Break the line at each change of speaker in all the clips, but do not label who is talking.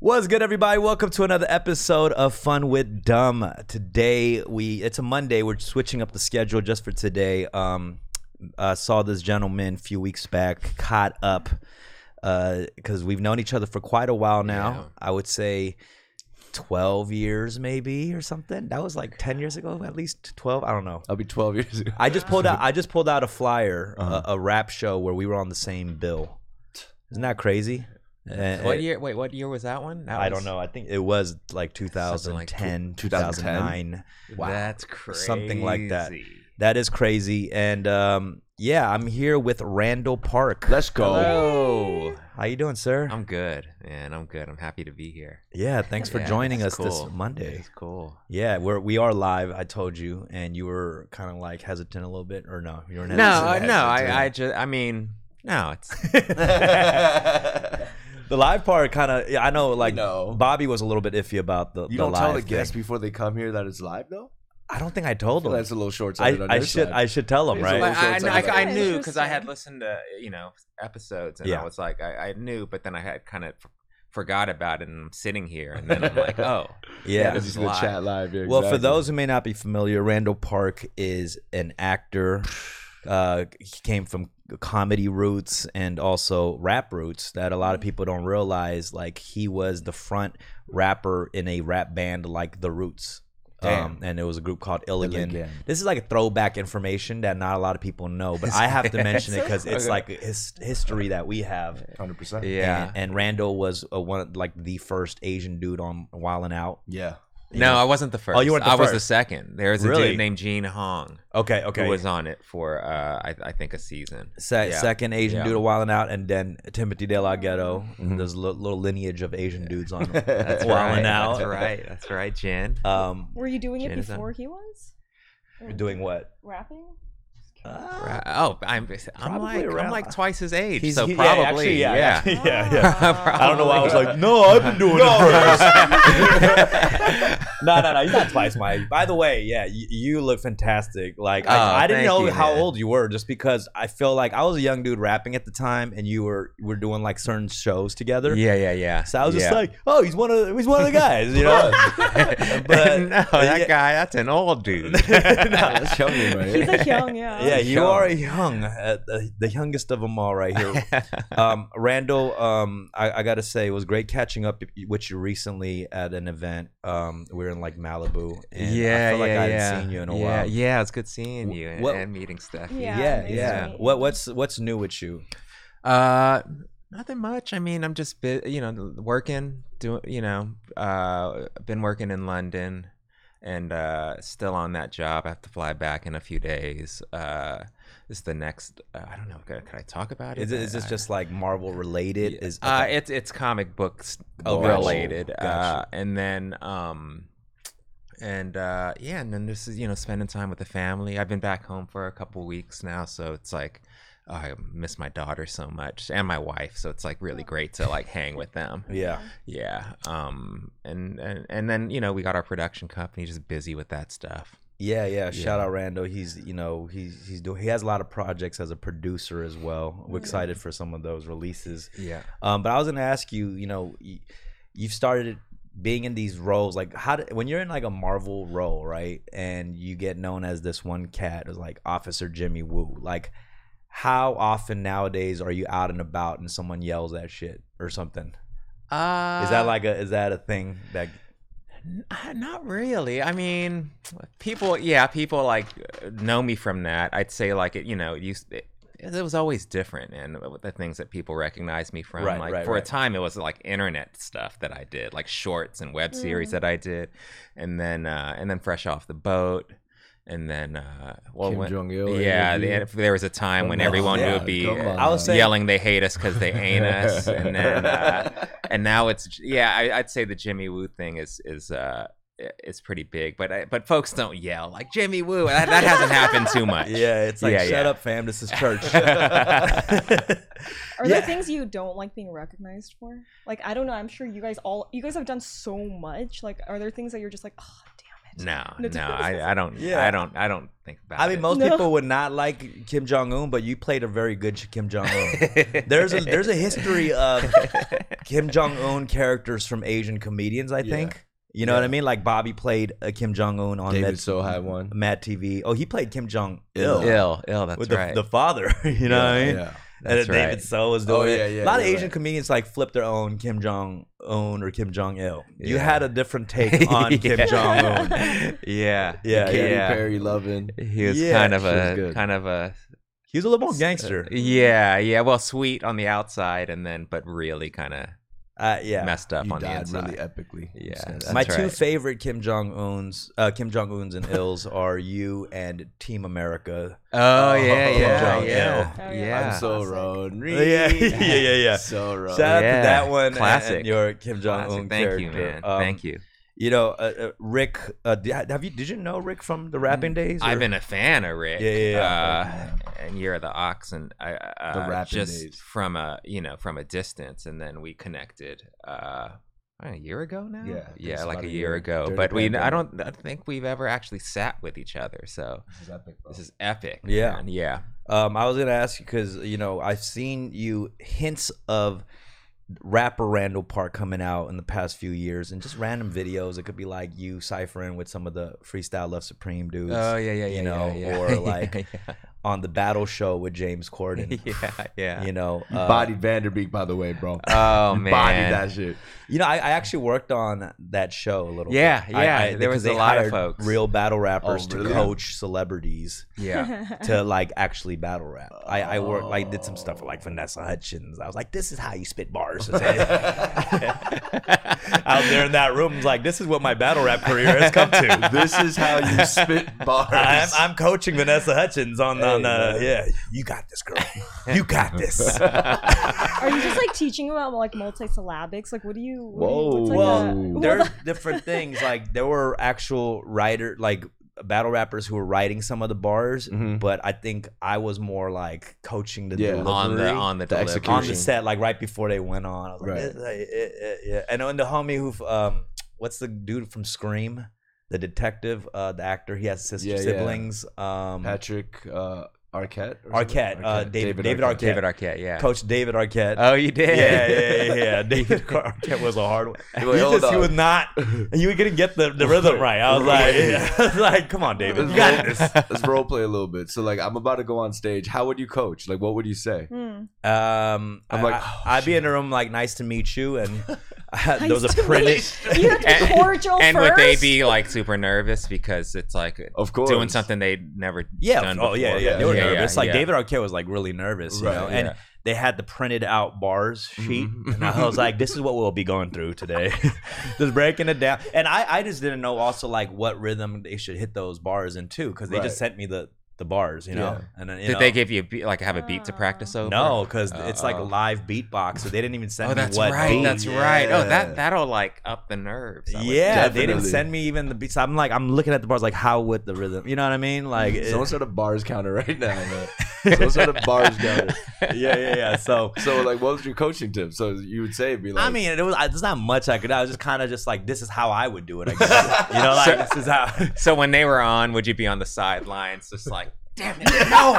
What's good, everybody? Welcome to another episode of Fun with Dumb. Today we it's a Monday. We're switching up the schedule just for today. Um, I saw this gentleman a few weeks back, caught up because we've known each other for quite a while now. I would say. 12 years maybe or something that was like 10 years ago at least 12 i don't know
I'll be 12 years ago. Uh-huh.
i just pulled out i just pulled out a flyer a, a rap show where we were on the same bill isn't that crazy And-
What year? Wait, what year was that one? That
Eh, I
was-
don't know. I think it was like 2010,
like tw-
2009.
That's crazy.
Something like that. That is crazy. And um, yeah, I'm here with Randall Park.
Let's go.
Hello.
How you doing, sir?
I'm good, man. I'm good. I'm happy to be here.
yeah, thanks for
Yeah,
joining us
it's
this
cool.
Monday.
It's cool.
Yeah, we're we are live. I told you, and you were kind of like hesitant a little bit, or no? You weren't
No,
hesitant.
no. I, I just, I mean, no. It's
the live part kind of. I know, like
No.
Bobby was a little bit iffy about the.
You
the
don't tell
live
the guests
thing.
before they come here that it's live, though?
I don't think I told him.
That's a little short
I, I should I should tell him
It's a
right.
little
But I,
short
I,
time.
I knew because I had listened to you know episodes, and
Yeah.
I was like, I, I knew, but then I had kind of f- forgot about it, and I'm sitting here, and then I'm like, oh,
Yeah.
this is
This is the
live.
chat live. Yeah,
Well, for
exactly.
those who may not be familiar, Randall Park is an actor. Uh, he came from comedy roots and also rap roots that a lot of people don't realize. Like he was the front rapper in a rap band like The Roots. Um, and it was a group called Illigan.
Illigan.
This is like a throwback information that not a lot of people know, but I have to mention it because it's like his- history that we have.
100%.
yeah.
And, and Randall was a, one like the first Asian dude on Wildin' Out.
Yeah.
No, I wasn't the first.
Oh, you weren't the
I was the
first.
second. There was a
Really?
dude named Gene Hong
Okay, okay.
who was on it for uh, I, I think a season.
Se-
Yeah.
Second Asian
Yeah. Mm-hmm.
dude a while and out, and then Timothy De La Ghetto. There's a li- little lineage of Asian dudes on That's while
right,
and out.
That's right. That's right, Jen.
Um,
Were you doing it
Janice, um,
before he was
doing what?
rapping?
Uh,
Right. Oh, I'm I'm
Probably
like
around-
I'm like twice his age,
he's-
so
he- yeah,
probably
actually, yeah,
yeah.
actually, yeah, yeah. I don't know why I was like, no, I've been doing it first. no, no, no, you're not twice my. By the way, yeah, you, you look fantastic. Like
Oh,
I, I didn't
thank
know
you,
how
man.
old you were, just because I feel like I was a young dude rapping at the time, and you were were doing like certain shows together.
yeah, yeah, yeah.
So I was just
Yeah.
like, oh, he's one of he's one of the guys, you know. but-
no, that
yeah.
guy, that's an old dude.
That's young, right?
He's like young, yeah.
yeah, you
young.
are young, uh, the, the youngest of them all, right here. um, Randall, um, I, I gotta say, it was great catching up with you recently at an event. Um, we were in like Malibu, and I
yeah,
feel like
yeah,
I
yeah.
hadn't seen you in a
yeah,
while.
Yeah, it's good seeing you and,
What-
and meeting Steffi.
Yeah.
yeah,
nice to
yeah.
meet you.
What what's what's new with you?
Uh, nothing much. I mean, I'm just bu- you know working, doing you know, uh, been working in London, and uh, still on that job. I have to fly back in a few days. Uh, this is the next. Uh, I don't know. Could, could I talk about it?
Is, it- is this
I-
just like Marvel related? Is
uh, it's it's comic books
Oh, gotcha.
related, uh,
Gotcha.
and then um, and uh, yeah, and then this is you know spending time with the family. I've been back home for a couple weeks now, so it's like oh, I miss my daughter so much and my wife, so it's like really great to like hang with them.
yeah,
Yeah, um, and and and then you know we got our production company, just busy with that stuff.
yeah, yeah. Shout out Randall. He's you know he's he's doing he has a lot of projects as a producer as well. We're excited for some of those releases.
Yeah.
Um, but I was gonna ask you, you know, y- you've started being in these roles. Like, how do, when you're in like a Marvel role, right, and you get known as this one cat, as like Officer Jimmy Woo. Like, how often nowadays are you out and about and someone yells that shit or something?
Uh,
Is that like a is that a thing that?
Uh, Not really. I mean, people, yeah, people like uh, know me from that. I'd say like it, you know, it used it, it was always different and the things that people recognize me from.
Right,
like
right,
for
right.
a time it was like internet stuff that I did, like shorts and web series that I did. And then uh and then Fresh Off the Boat and then uh, well,
Kim
when-
Jong-il or
yeah,
interview.
the, there was a time when
Come on,
everyone
yeah,
would be
come
uh,
on.
I was saying-
yelling they hate us because they ain't us, and then uh, and now it's yeah, I, I'd say the Jimmy Woo thing is is. Uh, i- is pretty big, but I, but folks don't yell like Jimmy Woo. That, that hasn't happened too much.
Yeah, it's like
Yeah,
shut
yeah.
up, fam. This is church.
Are
Yeah.
there things you don't like being recognized for? Like I don't know. I'm sure you guys all you guys have done so much. Like are there things that you're just like, oh damn it?
No,
No,
no, I, I don't.
Yeah.
I don't. I don't think about.
I mean,
it.
most
No.
people would not like Kim Jong Un, but you played a very good Kim Jong Un. there's a there's a history of Kim Jong Un characters from Asian comedians. I
Yeah.
think you know what I mean. Like Bobby played a Kim Jong Un on
David
Mad,
Sohai won.
Mad TV. Oh, he played Kim Jong Il
ill, ill. That's
with the,
right.
the father. You know what I mean?
Yeah.
And then
That's
David
right.
So was doing
Oh,
it.
yeah,
a
yeah,
lot of
you're
Asian
right.
comedians like flip their own Kim Jong Un or Kim Jong Il. You
Yeah.
had a different take on Kim Jong Un.
Yeah,
Yeah,
Katy
yeah.
Perry loving.
He was
Yeah,
kind of
she was
a
good.
kind of a
He was a little more Oh, gangster.
Uh,
yeah, yeah. Well, sweet on the outside, and then but really kind of
Uh, yeah.
messed up
You
on the
died
inside.
really epically.
Yeah,
Just gonna
that's
say.
My
right.
two favorite Kim Jong Un's, uh, Kim Jong Un's and Il's are you and Team America.
Oh yeah,
Kim
yeah,
Jong-il.
yeah,
Oh, yeah.
yeah.
I'm so
Classic.
Rodrigo.
Yeah, yeah, yeah, yeah.
So Rodrigo.
Shout out to
yeah.
that one and-
Classic.
and your Kim Jong Un
Classic. Thank
character.
you, man.
Um,
Thank you.
You know, uh, uh, Rick. Uh, d- have you? Did you know Rick from the rapping days?
Mm, I've
or-
been a fan of Rick.
Yeah, yeah,
yeah. Uh, and Year of the Ox, and I, uh,
The rapping
just
days.
from a you know from a distance, and then we connected uh, a year ago now.
Yeah, I think
yeah,
it's
like
about
a
a
year
year.
ago.
During
But
the
we, I
pandemic.
don't I don't think we've ever actually sat with each other. So
This is epic, bro.
this is epic.
Yeah.
man. yeah.
Um, I was gonna ask you because you know I've seen you hints of rapper Randall Park coming out in the past few years, and just random videos. It could be like you ciphering with some of the freestyle Left Supreme dudes.
Oh yeah, yeah, yeah,
you
yeah,
know,
yeah,
or
yeah,
like on the Battle Show with James Corden.
yeah, yeah.
You know,
You
uh,
bodied Vanderbeek, by the way, bro.
Oh
You
man,
Bodied that shit.
You know, I, I actually worked on that show a little.
Yeah,
bit.
yeah,
I, I,
there
because
was a
they
lot of
hired
folks.
real battle rappers
Oh,
to
really?
coach celebrities.
yeah,
to like actually battle rap. I, I worked like did some
Oh.
stuff for like Vanessa Hutchins. I was like, this is how you spit bars. Out there in that room, was like this is what my battle rap career has come to.
This is how you spit bars.
I'm, I'm coaching Vanessa Hutchins on on uh,
man.
yeah. You got this, girl. You got this.
Are you just like teaching about like multisyllabics? Like what do you? What do you what's, like,
Whoa.
a-
Well,
there's
the-
different things. Like there were actual writer like battle rappers who were writing some of the bars,
Mhm.
but I think I was more like coaching the
Yeah.
delivery.
on the on the,
The
delivery.
on the
execution.
set, like right before they went on. I was like,
Right.
"This is like, eh, eh, yeah. And on the homie who, um, what's the dude from Scream? The detective, uh, the actor. He has sister
Yeah, yeah.
siblings. Um,
Patrick uh, Arquette. or
Arquette,
something?
uh, David- David Arquette.
David Arquette, yeah.
Coach David Arquette.
Uh,
Oh, you
yeah,
did.
yeah, yeah, yeah. David Arquette was a hard one. He,
Wait, hold
just, he
on.
was not. You couldn't get the, the rhythm right. I was like, I was like, come on, David, you got
Let's
this.
role, let's role play a little bit. So, like, I'm about to go on stage. How would you coach? Like, what would you say?
Hmm.
Um,
I'm
I-
like,
I,
oh,
I'd be in a room like, nice to meet you, and there was
Nice
a
to
printed.
meet You have to be cordial
and
first.
would they be like super nervous because it's like
Of course.
doing something they'd never
Yeah.
done
oh, yeah,
before.
yeah. They were
Yeah,
nervous. like
yeah.
David Arquette was like really nervous, you
Right,
know. And
yeah.
they had the printed out bars sheet,
Mhm.
and I was like, "This is what we'll be going through today." just breaking it down. And I, I just didn't know also like what rhythm they should hit those bars in too, because they
Right.
just sent me the the bars, you know.
Yeah.
And then, you
Did
know,
they give you a beat, like have a beat to practice over?
no, because it's like a
Uh-oh.
live beatbox, so they didn't even send me
Oh, that's
what
right.
beat.
That's right. Oh,
Yeah.
that that'll like up the nerves. I would
yeah, they didn't
Definitely.
send me even the beats. I'm like, I'm looking at the bars, like, how would the rhythm? You know what I mean? Like, it-
Someone set a bars counter right now, man. Someone set a bars counter.
yeah, yeah, yeah. So
So, like, what was your coaching tip? So, you would say, be like,
I mean, it was. I- There's not much I could. I was just kind of just like, this is how I would do it. I guess. you know, like this is how.
So when they were on, would you be on the sidelines, just like, damn it, no?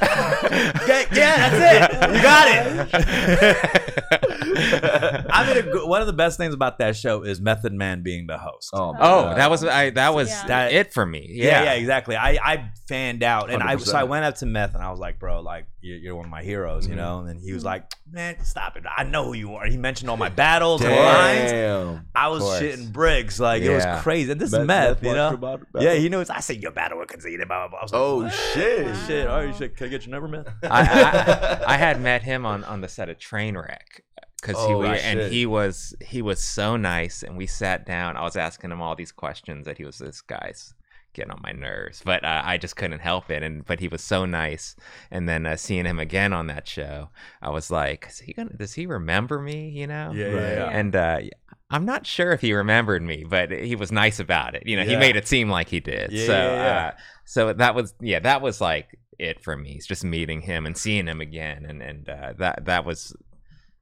Yeah, yeah, that's it. You got it. I mean, a gr- one of the best things about that show is Method Man being the host.
my
oh,
God.
that was I. That was
Yeah.
That-
it for me.
Yeah,
Yeah,
yeah, exactly. I, I fanned out, and I so I
100%.
went up to Meth, and I was like, "Bro, like you're, you're one of my heroes," you
Mhm.
know. And then he was
Mhm.
like, "Man, stop it! I know who you are." He mentioned all my battles and lines.
Damn.
I was
course.
shitting bricks, like it
Yeah.
was crazy. And this is Meth, you know. Yeah, he knows. I said your battle with Kazita. Blah blah blah. I was like,
Oh, shit.
Wow.
Shit, oh shit, can I get your number, man?
I, I, I had met him on on the set of Trainwreck because he
Oh,
was, and
shit.
he was he was so nice, and we sat down. I was asking him all these questions that he was this guy's getting on my nerves, but uh, I just couldn't help it. And but he was so nice. And then uh, seeing him again on that show, I was like, is he gonna? Does he remember me? You know?
Yeah,
Right.
yeah, yeah.
And uh, I'm not sure if he remembered me, but he was nice about it. You know, he
Yeah.
made it seem like he did.
Yeah,
so,
yeah, yeah.
Uh, so that was yeah, that was like it for me. It's just meeting him and seeing him again, and and uh, that that was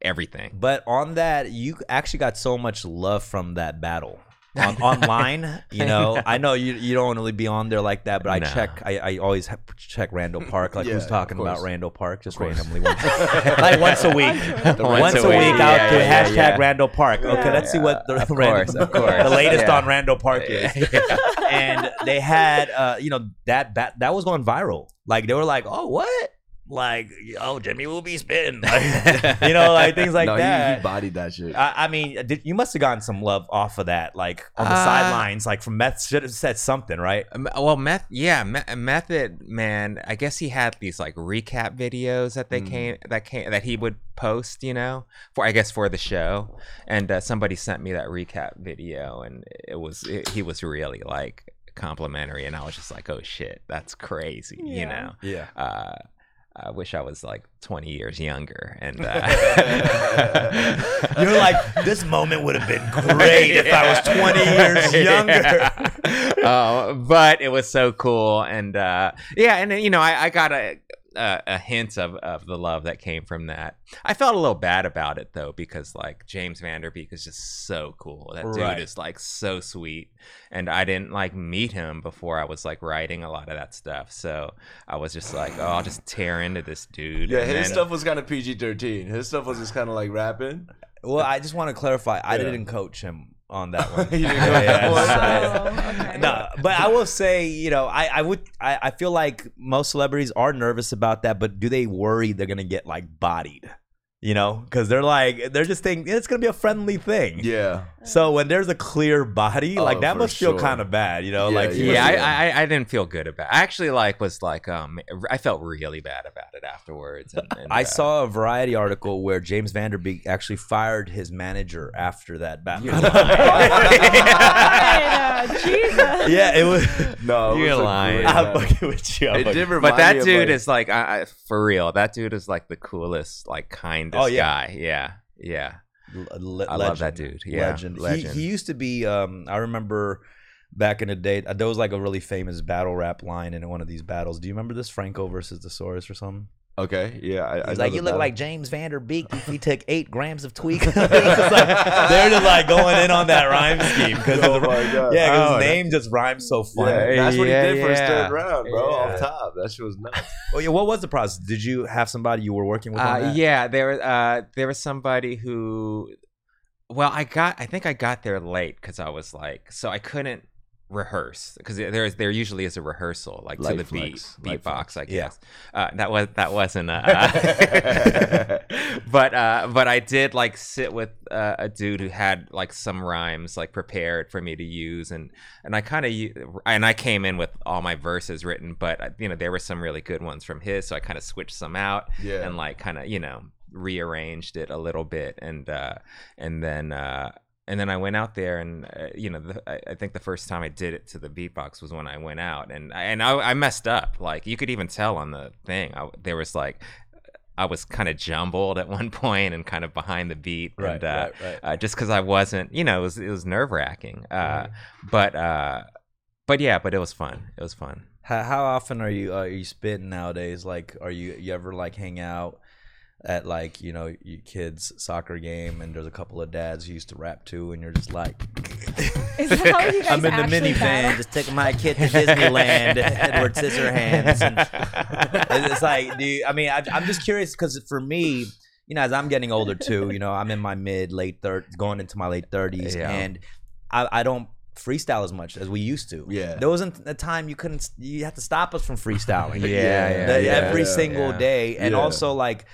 everything.
But on that, you actually got so much love from that battle. On, online, you know, I know you you don't really be on there like that, but I
No.
check. I, I always have check Randall Park, like
Yeah,
who's talking
of
about
course.
Randall Park, just
course.
randomly, once, like once a week.
I'm sure.
Once
Once, a
a
week,
week,
out
yeah,
there,
yeah,
hashtag
yeah, yeah.
Randall Park. Okay,
Yeah.
let's see what the,
Of
the Rand-
course, of course.
the latest
Yeah.
on Randall Park is.
Yeah.
and they had uh you know that that that was going viral like they were like oh what like oh jimmy will be spitting like, you know like things like
no, He,
that
he bodied that shit.
I, I mean uh, did, you must have gotten some love off of that like on the
Uh,
sidelines like from meth should have said something right
Um, Well, meth, yeah, me- method man. I guess he had these like recap videos that they
Mm.
came that came that he would post, you know, for I guess for the show. And uh, somebody sent me that recap video, and it was it, he was really like complimentary, and I was just like, oh shit, that's crazy, you
Yeah.
know.
yeah
Uh, I wish I was like 20 years younger, and uh,
you're like this moment would have been great if i was 20 years younger
younger. Uh, but it was so cool, and uh, yeah, and you know, I, I got a, a a hint of of the love that came from that. I felt a little bad about it though, because like James Vanderbeek is just so cool. That
Right.
dude is like so sweet, and I didn't like meet him before I was like writing a lot of that stuff. So I was just like, oh, I'll just tear into this dude.
yeah,
and
his
then-
stuff was kind of PG thirteen. His stuff was just kind of like rapping.
well i just want to clarify i
Yeah.
didn't coach him on that one
You didn't
Yeah, yeah,
go for
it's-
it?
Oh, okay.
no, but I will say, you know, I, I would I, I feel like most celebrities are nervous about that, but do they worry they're gonna get like bodied? You know, because they're like they're just thinking it's gonna be a friendly thing.
Yeah,
So when there's a clear body, like
Oh,
that
for
must feel
sure.
kind of bad, you know?
Yeah,
like he
yeah,
was-
I, I I didn't feel good about. I actually like was like um I felt really bad about it afterwards. And, and,
I
uh,
saw a Variety article where James Vanderbeek actually fired his manager after that battle.
You're lying.
God, uh, Jesus.
yeah, it was.
no, it
You're
was a
lying.
great
I'm
battle.
fucking with you. I'm
It
fucking-
did remind
But that
me of,
dude
like-
is like I, I, for real. That dude is like the coolest, like kindest
Oh, yeah.
guy. Yeah, yeah.
L- le-
I love that dude. Yeah,
legend. He-
legend.
He, used to be. Um, I remember back in the day, uh, there was like a really famous battle rap line in one of these battles. Do you remember this Franco versus Thesaurus or something?
okay. Yeah, I, I
He's
know
like,
the
you look
battle.
like James Vanderbeek if he took eight grams of tweak. It's like, they're just like going in on that rhyme scheme because
Oh my God.
yeah, 'cause
Oh,
his name just rhymes so
Yeah,
funny.
that's what
Yeah,
he did for his
yeah.
third round, bro.
Yeah.
Off top, that shit was nuts.
Oh yeah, what was the process? Did you have somebody you were working with? on
Uh,
that?
yeah, there was uh, there was somebody who, well, I got I think I got there late because I was like, so I couldn't rehearse because there is there usually is a rehearsal like to
Light
the
flex,
beat
light
beatbox I
Yeah.
guess. Uh, that was that wasn't. Uh, uh, but uh, but I did like sit with uh, a dude who had like some rhymes like prepared for me to use and and I kind of and I came in with all my verses written, but uh, you know there were some really good ones from his, so I kind of switched some out
Yeah,
and like kind of you know rearranged it a little bit and uh and then uh and then I went out there, and uh, you know, the, I, I think the first time I did it to the beatbox was when I went out, and I- and I, I messed up. Like you could even tell on the thing, I, there was like I was kind of jumbled at one point and kind of behind the beat,
right,
and, uh,
right, right.
uh, just because I wasn't, you know, it was it was nerve wracking. Uh, But uh, but yeah, but it was fun. It was fun.
How, how often are you are you spitting nowadays? Like, are you you ever like hang out at like you know your kids' soccer game and there's a couple of dads you used to rap to and you're just like,
Is that how you guys
I'm in the
actually
minivan,
battle?
just taking my kid to Disneyland, Edward Scissorhands. And it's it's like, do you, I mean, I, I'm just curious because for me, you know, as I'm getting older too, you know, I'm in my mid late third, going into my late 30s,
Yeah.
and I, I don't freestyle as much as we used to.
Yeah.
there wasn't a time you couldn't, you had to stop us from freestyling.
Yeah,
Yeah.
The-
yeah,
every
yeah,
single
yeah.
day, and
Yeah.
also like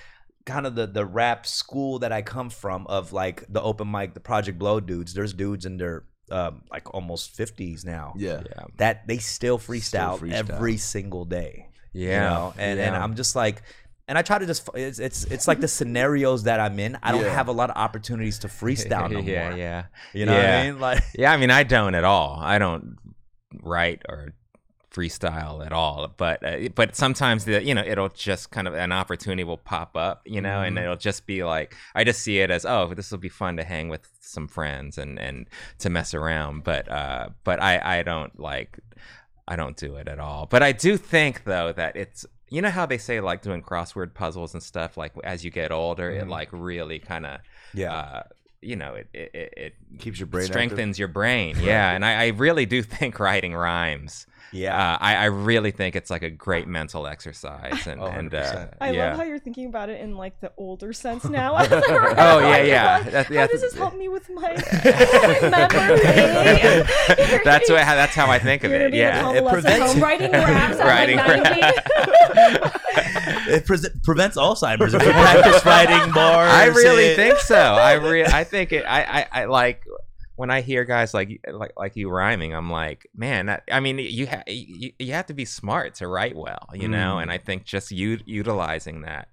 kind of the the rap school that I come from of like the open mic, the Project Blow dudes. There's dudes in their um, like almost fifties now
yeah.
Yeah,
that they still freestyle,
freestyle.
every single day.
yeah,
you know? and and
yeah.
I'm just like. And I try to just it's it's it's like the scenarios that I'm in. I don't
Yeah.
have a lot of opportunities to freestyle no
yeah,
more.
yeah,
You know what I
Yeah.
mean? Like
yeah. I mean, I don't at all. I don't write or freestyle at all but uh, but sometimes the you know it'll just kind of an opportunity will pop up you know and
Mhm.
it'll just be like i just see it as oh this will be fun to hang with some friends and and to mess around but uh but i i don't like i don't do it at all but i do think though that it's you know how they say like doing crossword puzzles and stuff like as you get older it
Mhm.
like really kind of uh, you know, it it, it, it
Keeps your brain active.
strengthens your brain. Yeah, and I, I really do think writing rhymes.
yeah.
Uh, I I really think it's like a great mental exercise, and
Oh,
and uh,
100%.
I
yeah.
love how you're thinking about it in like the older sense now. oh
Oh yeah, yeah. That's,
How
yeah, that's-
does this help me with my memory?
that's what that's how I think of
You're gonna
it.
be
Yeah,
an adolescent
prevents-
home writing raps.
Writing
writing raps.
Uh,
it pre- prevents Alzheimer's if you practice writing more.
I really think so. I re- I think it. I, I I like when I hear guys like like like you rhyming. I'm like, man. That, I mean, you ha- you you have to be smart to write well, you know.
Mm.
And I think just u- utilizing that.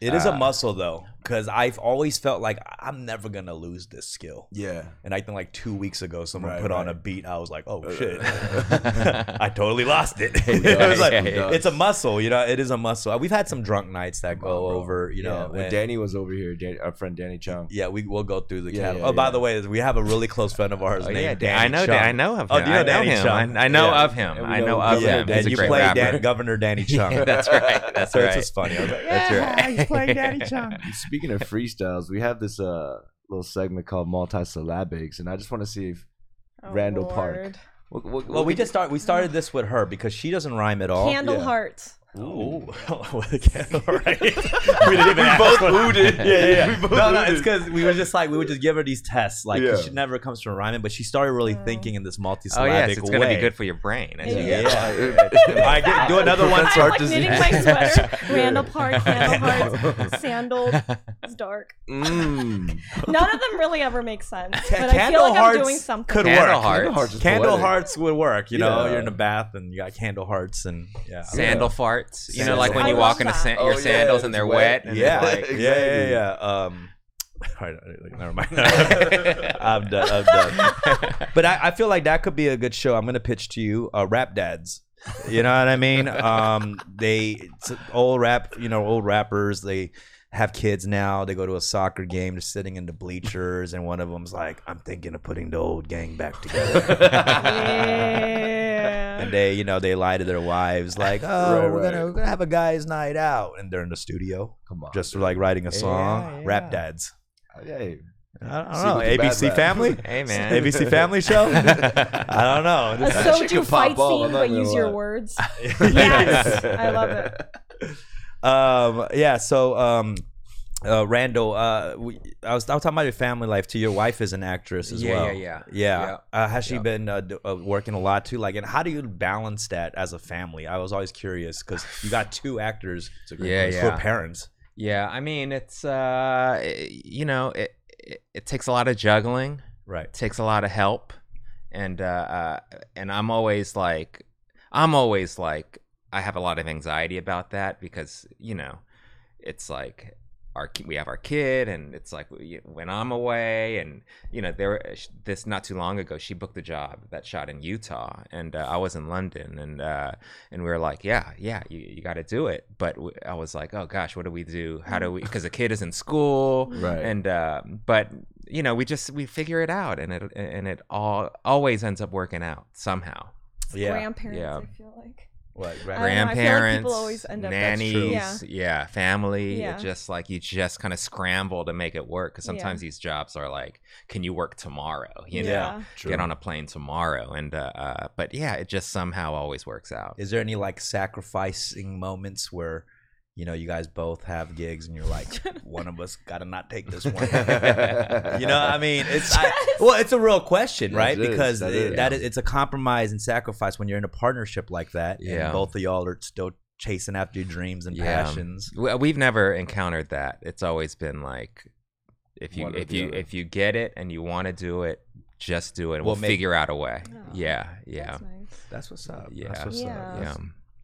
it is a
uh,
muscle though, because I've always felt like I'm never gonna lose this skill.
Yeah.
And I think like two weeks ago, someone
Right,
put on a
right.
beat. I was like, oh
Uh,
shit, I totally lost it. it
does,
was like,
yeah,
yeah.
it's a muscle, you know. It is a muscle. We've had some drunk nights that
Come on,
go
bro.
over, you know.
Yeah, when
and-
Danny was over here, Dan- our friend Danny Chung.
yeah, we will go through the
Yeah,
catalog.
yeah,
oh, by
yeah.
the way, we have a really close friend of ours
Oh,
named
yeah, Dan-
Danny.
I know.
Chung.
Dan- I know of him.
Oh, do you know
I know
Danny Chung?
him. I, I know
Yeah.
of him.
And we
I
know-
know of
yeah,
him.
Dan-
and
He's a
you
great
play
rapper.
Dan, Governor Danny Chung.
That's right. That's
so
right.
it's just funny. I was like,
That's right.
he's playing Daddy Chum.
Speaking of freestyles, we have this uh little segment called multisyllabics, and I just want to see if Randall Park.
Oh, Lord.
what, what,
Well, we just start. We started this with her because she doesn't rhyme at all.
Candle
Oh, yeah.
heart.
Ooh, with a candle, right? we didn't even both
booted.
Yeah, yeah, yeah.
We both
No, no, it's
booted.
because we were just like we would just give her these tests. Like 'cause
Yeah.
she never comes from rhyming, but she started really thinking in this multisyllabic
Oh yes, it's gonna
way.
be good for your brain. as
Yeah.
you
Yeah,
get
yeah. All right, get- do another one.
I
heart
like knitting
disease.
my sweater. Randall Park, candle hearts, sandal. It's dark.
Mm.
None of them really ever make sense,
Ca-
but I feel like I'm doing something.
could
Candle
work.
hearts.
Hearts is
Candle
poetic.
hearts would work. You know,
Yeah.
you're in the bath and you got candle hearts and yeah.
Sandal farts. You know,
Sandal
like when
farts.
you
I
walk
love
into
that.
san-
Oh,
your
yeah,
sandals
it's
and they're wet.
wet.
and
yeah,
it's like-
yeah, yeah,
Exactly.
yeah. Um, all right, never mind. I'm done. I'm done. But I, I feel like that could be a good show. I'm gonna pitch to you, uh, rap dads. You know what I mean? Um, they it's old rap, you know, old rappers. They have kids now. They go to a soccer game. They're sitting in the bleachers, and one of them's like, "I'm thinking of putting the old gang back together."
Yeah.
and they, you know, they lie to their wives, like, "Oh,
Right,
we're gonna
right.
we're gonna have a guys' night out," and they're in the studio
Come on. Uh,
just like writing a song,
yeah.
rap dads.
hey,
I don't
See
know.
what the bad
ABC
rap-
Family?
Hey man.
ABC Family Show? I don't know.
A
This-
That shit
soju
could pop up,
fight
I'm
scene,
not
but
gonna
use your
lie.
words. Yes, I love it.
um, yeah, so um, uh, Randall, uh, we, I, was, I was talking about your family life too. Your wife is an actress as
Yeah,
well.
yeah, yeah.
Yeah. Uh, has she
Yeah.
been uh, d- uh, working a lot too? Like, and how do you balance that as a family? I was always curious because you got two actors
Yeah,
who
yeah.
are parents.
Yeah, I mean, it's uh, i- you know, it, it it takes a lot of juggling,
Right.
it takes a lot of help, and uh, uh, and I'm always like, I'm always like, I have a lot of anxiety about that because you know, it's like our ki- we have our kid, and it's like we- when I'm away, and you know, there uh, sh- this not too long ago, she booked a job that shot in Utah, and uh, I was in London, and uh, and we were like, yeah, yeah, you, you got to do it. But w- I was like, oh gosh, what do we do? How do we? Because the kid is in school,
Right.
and uh, but you know, we just we figure it out, and it and it all always ends up working out somehow.
Yeah.
Grandparents,
Yeah.
I feel like.
What,
I
rap-
uh,
don't know, I feel like people
Grandparents,
always end up- That's
nannies,
true.
yeah. family.
Yeah.
It just like you just kind of scramble to make it work because
Yeah.
sometimes these jobs are like, can you work tomorrow? You know,
Yeah.
get on a plane tomorrow, and uh, uh, but yeah, it just somehow always works out.
Is there any like sacrificing moments where you know you guys both have gigs and you're like one of us gotta not take this one? you know, I mean, it's I, well, it's a real question,
Yes,
right?
it is.
because
That
it-
is.
that is it's a compromise and sacrifice when you're in a partnership like that,
Yeah.
and both of y'all are still chasing after your dreams and
Yeah.
passions.
We- We've never encountered that. It's always been like, if you
One or
if
the
you
other.
if you get it and you want to do it, just do it. and
We'll
We'll,
make-
figure out a way.
Yeah.
Yeah, yeah,
Oh, That's nice.
That's what's up. That's
Yeah.
what's up.
Yeah.
yeah.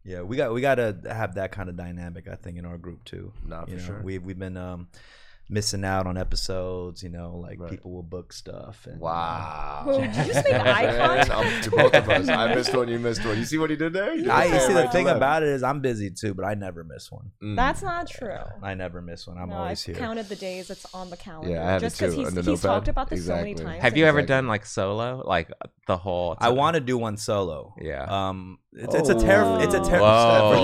Yeah, we got we got to have that kind of dynamic, I think, in our group too.
Nah,
You
Oh, for
know,
sure.
We've we've been um, missing out on episodes. You know, like
Right.
people will book stuff. And,
Wow.
Whoa, did you just make eye
Man,
contact?
I'm- to both of us. I missed one. You missed one. You see what he did there? He did
I
it
see the
right to
thing
left.
about it is I'm busy too, but I never miss one.
Mm.
That's not true.
I never miss one. I'm
no,
always
I've
here.
counted the days it's on the calendar.
I have it
Just because
too,
he's,
on the
he's talked
notepad.
about this so
Exactly.
many times.
Have
Have you ever
Exactly.
done like solo, like the whole?
I want to do one solo.
Yeah.
Um, it's, it's a terrifying.
Oh.
It's a terrifying.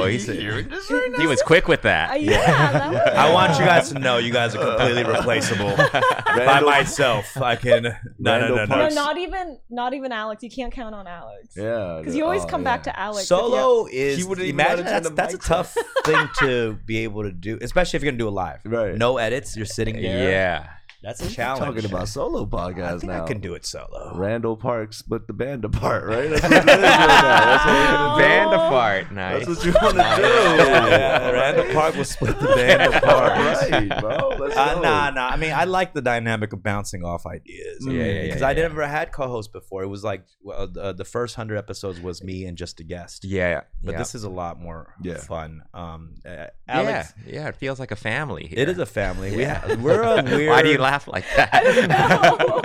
Whoa, he's-
Stephen,
He was quick with
Uh,
that.
yeah, that was-
I want you guys to know you guys are completely replaceable. By
Randall-
myself, I can. No, no,
Randall
no,
No,
no.
Parks.
not even, not even Alex. You can't count on Alex.
Yeah.
Because you always
oh,
come back
yeah.
to Alex. if you-
Solo is.
He wouldn't even
imagine
let
that's,
it turn the
that's a
mics off.
tough thing to be able to do, especially if you're gonna do it live.
Right.
No edits. You're sitting there.
Yeah.
That's a
We're
challenge.
Talking about solo
I
podcasts
think
now.
I can do it solo.
Randall Park split the band apart, right? That's what it is right now. That's what
Band apart.
That's
Nice.
what you want to do.
yeah, Randall Park will split the band apart.
Right, bro. Let's
Uh,
go.
nah, nah. I mean, I like the dynamic of bouncing off ideas.
Yeah, yeah,
Because
yeah,
I
yeah.
never had co-host before. It was like well, uh, the first hundred episodes was me and just a guest.
Yeah.
But
yeah.
this is a lot more
Yeah.
fun. Um, uh, Alex,
yeah, yeah, it feels like a family. Here.
it is a family. We
Yeah.
ha- we're a weird.
Why do you laugh like that?
I don't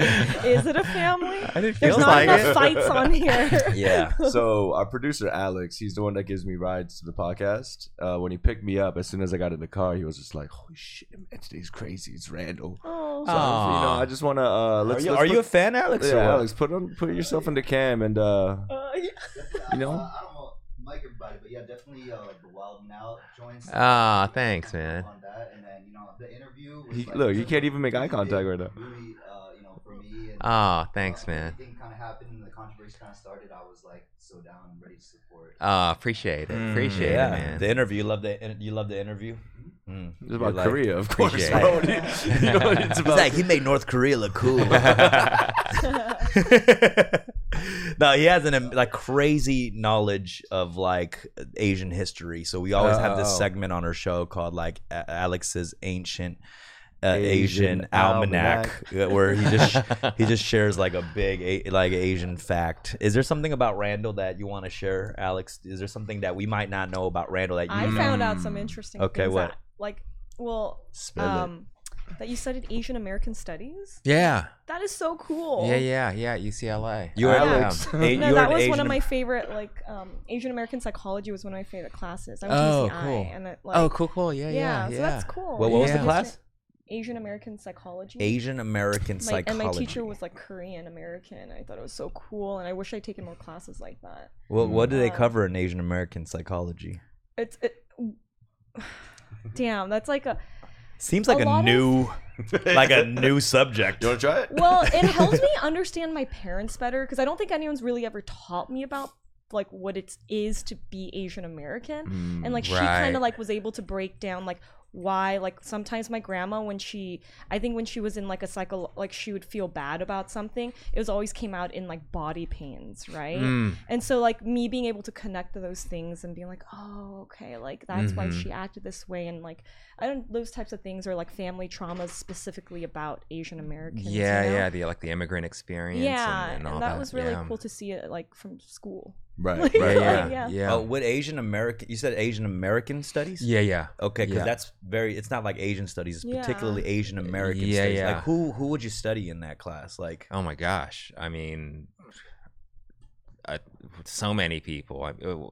know. is it a family?
It
There's
feels
not
like
enough
it.
fights on here.
Yeah.
So our producer Alex, he's the one that gives me rides to the podcast. Uh, when he picked me up, as soon as I got in the car, he was just like, "Holy shit, man, today's crazy. It's Randall."
Oh.
So I was- you know, I just want to. Uh,
Are
let's,
you,
let's
are you a
put-
fan, Alex? or
yeah,
what?
Alex, put on, put yourself in the cam, and uh,
Uh, yeah.
you know,
Uh, I don't know, like everybody, but yeah, definitely uh, like the Wild Now joints.
Ah, thanks, man.
On that, and then you know the interview. Was,
he,
like,
look, you
just
can't
a
even make eye
big,
contact right now.
Really, uh, you know, for me. And,
Oh, thanks,
uh, when
man.
Everything kind of happened, and the controversy kind of started. I was like so down, and ready to support.
Oh, appreciate it.
Mm,
Appreciate
yeah.
it, man.
The interview. You love the in- you love the interview. Mm.
It's
You're
about
like-
Korea, of course.
Appreciate
Bro.
it.
you know, it's
He's
about
like, he made North Korea look cool. Uh, no, he has an am- like crazy knowledge of like Asian history. So we always have this
Oh.
segment on our show called like A- Alex's Ancient uh, Asian,
Asian
Almanac, where he just he just shares like a big a- like Asian fact. Is there something about Randall that you want to share, Alex? Is there something that we might not know about Randall that you
I found out some interesting
Mm. Okay,
things
what?
that, like, well,
Spill it.
um, that you studied Asian American Studies.
yeah.
That is so cool.
Yeah, yeah, yeah. UCLA.
You are um,
I
Yeah.
am.
A- you
No,
are
that
an
was one
Asian-
of my favorite, like, um, Asian American psychology was one of my favorite classes. I went
Oh,
to UCI,
cool.
and it, like,
Oh, cool, cool. Yeah, yeah, yeah.
so that's cool.
Well, what was the
Yeah.
class?
Asian American psychology.
Asian American
my,
psychology.
and my teacher was like Korean American. I thought it was so cool, and I wish I'd taken more classes like that.
Well, what do they
Um,
cover in Asian American psychology?
It's it, damn. That's like a
Seems
a
like a,
lot of-
new,
Um,
like a new subject.
You want to try it?
well. It helps me understand my parents better because I don't think anyone's really ever taught me about like what it is to be Asian American.
Mm.
and like she kind
Right.
of like was able to break down like why like sometimes my grandma when she i think when she was in like a cycle like she would feel bad about something it was always came out in like body pains right
Mm.
and so like me being able to connect to those things and being like oh okay like that's why
Mhm.
she acted this way and like i don't those types of things are like family traumas specifically about asian americans you
Yeah,
know?
yeah. The like the immigrant experience.
yeah
and,
and,
and all
that, was really
yeah.
cool to see it like from school
Right,
Like,
right,
Yeah,
right.
yeah,
Yeah.
yeah.
Oh, what Asian American? You said Asian American studies.
Yeah, yeah.
Okay, because
Yeah.
that's very. It's not like Asian studies. It's
Yeah.
particularly Asian American
Yeah,
studies.
yeah.
Like who who would you study in that class? Like
Oh my gosh. I mean, I, so many people. I, uh,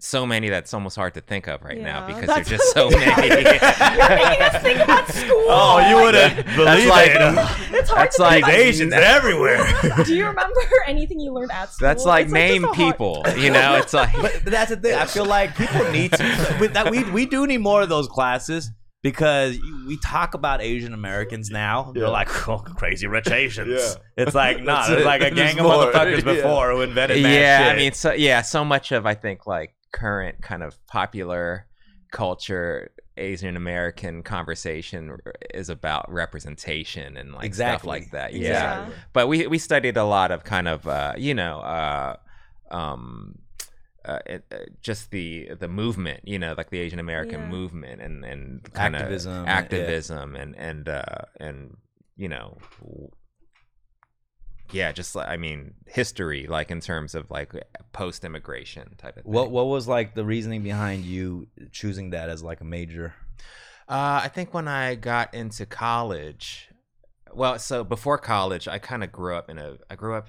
so many that's almost hard to think of right now
Yeah,
because
that's-
there's just so many.
You're making us think about school.
have
That's like
It's hard
that's
to think
like
about
everywhere.
Do you remember anything you learned at school?
that's like
It's
name
just a hard-
people. You know, it's like
but, but that's the thing. I feel like people need to. With that, we we do need more of those classes because you- we talk about Asian Americans now. They're
Yeah.
like oh, crazy rich Asians.
Yeah.
It's like nah,
That's
there's
it.
like a
There's
gang of
more.
motherfuckers
Yeah.
before who invented that
yeah. I
shit.
mean, so yeah, so much of I think like current kind of popular culture Asian American conversation is about representation and like stuff
Exactly.
like that. Yeah.
Exactly.
but we we studied a lot of kind of uh, you know uh, um, uh, it, uh, just the the movement, you know, like the Asian American
Yeah.
movement and and kind
Activism,
of
yeah.
activism and and uh, and you know. w- Yeah, just like I mean, history, like in terms of like post-immigration type of thing.
What what was like the reasoning behind you choosing that as like a major?
Uh, I think when I got into college, well, so before college, I kind of grew up in a. I grew up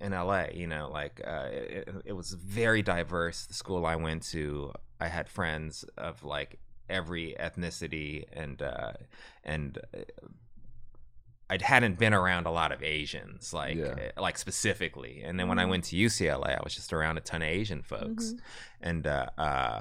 in LA. You know, like uh, it, it- it was very diverse. The school I went to, I had friends of like every ethnicity, and uh, and uh, I hadn't been around a lot of Asians, like
Yeah.
uh, like specifically. And then when I went to UCLA, I was just around a ton of Asian folks, and uh, uh,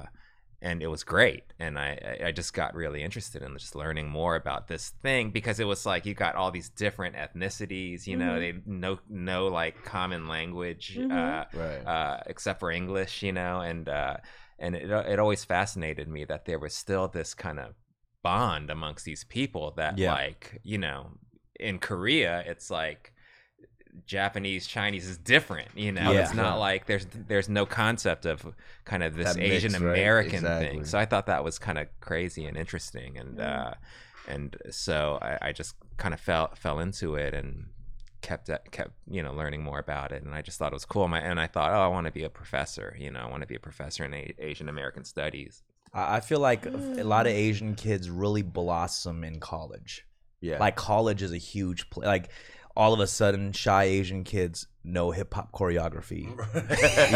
and it was great. And I I- I just got really interested in just learning more about this thing because it was like you got all these different ethnicities, you know, they no no like common language. Uh,
Mhm.
Right.
uh, except for English, you know, and uh, and it it always fascinated me that there was still this kind of bond amongst these people that
Yeah.
like you know in Korea it's like Japanese Chinese is different, you know.
Yeah.
It's not like there's there's no concept of kind of this
That mix,
Asian
right?
American
Exactly.
thing. So I thought that was kind of crazy and interesting, and uh, and so I, I just kind of fell fell into it and kept uh, kept you know learning more about it and i just thought it was cool My, and i thought oh i want to be a professor you know i want to be a professor in a- asian american studies
I I feel like a lot of Asian kids really blossom in college.
Yeah.
Like college is a huge pl- like all of a sudden shy Asian kids know hip hop choreography.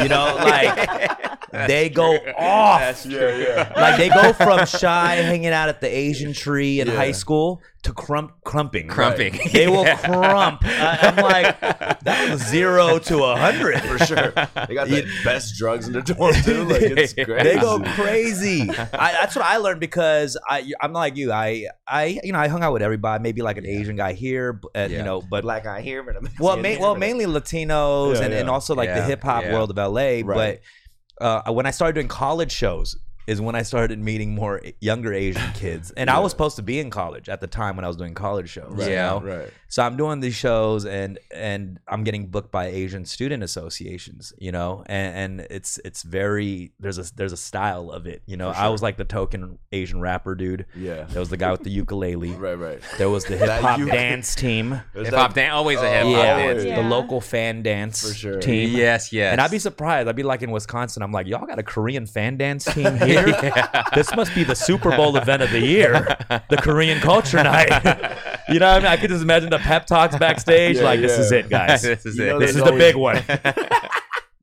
you know, like they go off.
yeah, yeah.
Like they go from shy hanging out at the Asian tree in
Yeah.
high school to crump crumping.
crumping
They will crump. I, I'm like that was zero to a hundred for sure.
They got the best drugs in the dorm too. Like it's crazy.
They go crazy. I, that's what I learned because I, I'm not like you. I, I, you know, I hung out with everybody. Maybe like an Asian guy here, b- uh, you
Yeah.
know, but
Black eye here, but I'm
well, ma- well, mainly Latinos
Yeah,
and, and
yeah.
also like the
Yeah,
hip hop
yeah.
world of LA.
Right.
But uh, when I started doing college shows is when I started meeting more e, younger Asian kids, and I was supposed to be in college at the time when I was doing college shows. you
Yeah.
know?
Right.
So I'm doing these shows and and I'm getting booked by Asian student associations, you know, and, and it's it's very there's a there's a style of it, you know. I was like the token Asian rapper dude.
Yeah.
There was the guy with the ukulele.
Right. Right.
There was the hip hop
uk-
dance team.
There's
hip
that-
hop dance always a
Oh,
hip hop
yeah.
dance
Yeah.
the local fan dance
For sure.
team.
yes yes
And I'd be surprised. I'd be like in Wisconsin. I'm like, y'all got a Korean fan dance team here? This must be the Super Bowl event of the year, the Korean culture night. you know what I mean? I could just imagine the pep talks backstage.
Yeah,
like, this
yeah.
is it, guys.
this is
You
it
know
this
there's
is the
always-
big one.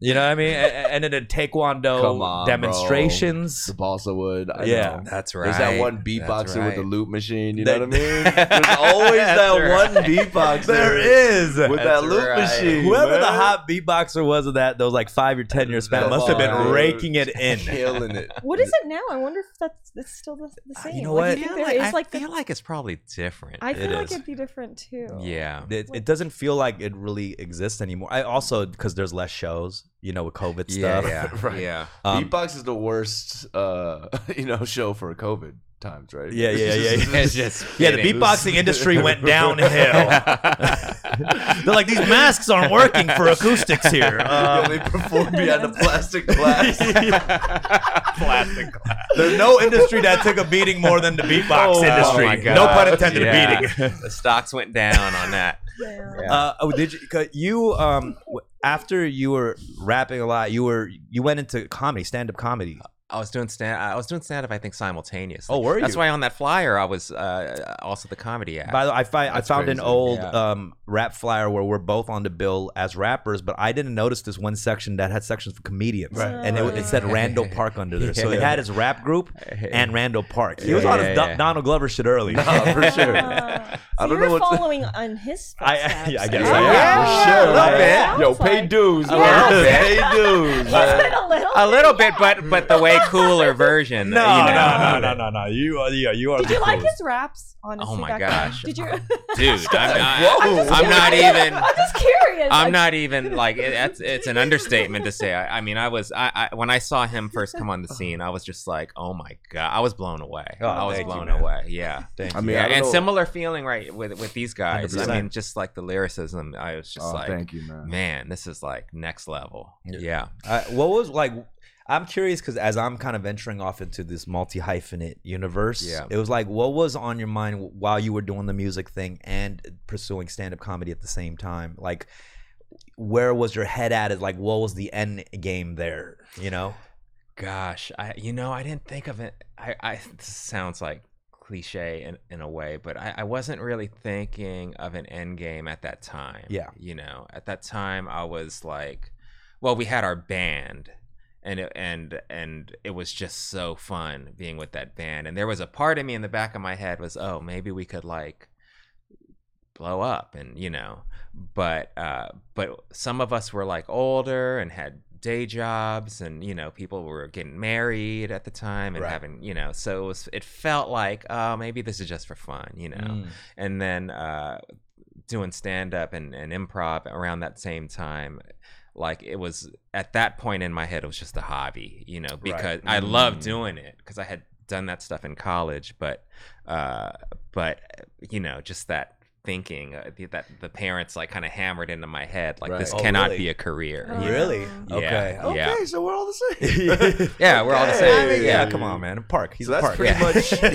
you know what I mean? A- a- And, then the
Come
Taekwondo
on,
demonstrations.
The balsa wood. I
Yeah.
know.
that's right
There's that one
That's
beatboxer with the
right.
loop machine. You
That-
know what I mean? There's always
That's
that
right.
one beatboxer.
There is.
with
That's
that loop
right.
machine.
Whoever the
man.
hot beatboxer was of that, those like five or 10 year span,
Come
must have been
on, dude.
raking it in.
killing it.
What is it now? I wonder if that's it's still the, the
you
same.
know what?
Like, I think
I
there
feel like,
is, like,
I
the-
feel like it's probably different
I feel
It
like
is.
it'd be different too.
yeah
It, it doesn't feel like it really exists anymore. I also because there's less shows, you know, with COVID
yeah
stuff.
yeah
Right.
yeah
Um,
Beatbox is the worst, uh, you know, show for COVID times, right?
yeah, yeah, yeah, yeah.
it's just
Yeah, the
fitting.
beatboxing industry went downhill. They're like these masks aren't working for acoustics here.
Yeah,
Um,
they perform behind a plastic glass.
Plastic glass. There's no industry that took a beating more than the beatbox
Oh,
industry.
oh my
no
God.
pun intended.
Yeah.
Beating.
the stocks went down on that
Yeah.
Yeah.
Uh, oh, did you? 'cause You um, w- after you were rapping a lot, you were you went into comedy, stand up comedy.
I was doing stand. I was doing stand up. I think simultaneously.
Oh, were
That's
you?
why on that flyer I was uh, also the comedy act.
By the way, I, fi- I
That's
found an
crazy.
old
Yeah.
um, rap flyer where we're both on the bill as rappers, but I didn't notice this one section that had sections for comedians.
Right.
And it, it said Randall Park under there. So it
Yeah.
had his rap group and Randall Park. He
Yeah,
was on
yeah,
his Do-
yeah.
Donald Glover shit early.
Nah, for sure.
Ah.
I
So
don't know
you're
what the-
following on his
I-
footsteps.
yeah, I
Yeah,
guess I am.
for
Yeah,
sure.
yeah,
man.
sounds
Yo, pay
like-
dues,
Yeah.
man.
A little bit.
Pay dues.
He's
man.
been a little.
a little
bit,
bit, but but the way cooler version.
No,
you
no, no,
know.
no, no, no. You are, yeah, you are.
Did
the
you like
coolest.
his raps? Honestly,
Oh my
back then?
gosh.
Did you?
dude. I'm not,
Whoa.
I'm not even.
I'm just curious.
I'm
like-
not even like it, it's, it's an understatement to say. I, I mean, I was I, I when I saw him first come on the scene, I was just like, oh my god, I was blown away.
Oh,
I was
thank you,
blown
man.
away. Yeah.
Thank
I
you.
mean,
Yeah,
I don't
and
know.
similar feeling right with with these guys. I
100%.
mean, just like the lyricism, I was just
Oh,
like,
thank you, man.
man, this is like next level.
Yeah.
Yeah.
Uh, what was like? I'm curious because as I'm kind of venturing off into this multi hyphenate universe,
Yeah.
it was like, what was on your mind while you were doing the music thing and pursuing stand up comedy at the same time? Like, where was your head at? Is like, what was the end game there? You know?
Gosh, I you know I didn't think of it. I I this sounds like cliche in, in a way, but I, I wasn't really thinking of an end game at that time.
Yeah.
You know, at that time I was like, well, we had our band and it, and and it was just so fun being with that band. And there was a part of me in the back of my head was, oh, maybe we could like blow up and you know but uh but some of us were like older and had day jobs and you know people were getting married at the time and
Right.
having you know so it was it felt like oh maybe this is just for fun you know
Mm.
and then uh doing stand up and, and improv around that same time like it was at that point in my head it was just a hobby you know because i loved doing it because i had done that stuff in college but uh but you know just that thinking uh, the- that the parents like kind of hammered into my head like
Right.
this
Oh,
cannot
really?
be a career you know?
Oh, Really?
Yeah.
Okay.
Oh. Yeah.
Okay, so we're all the same.
yeah,
yeah we're all the
I
same
mean,
yeah
yeah, come on, man. A park. He's
So
a
that's
park.
pretty
yeah.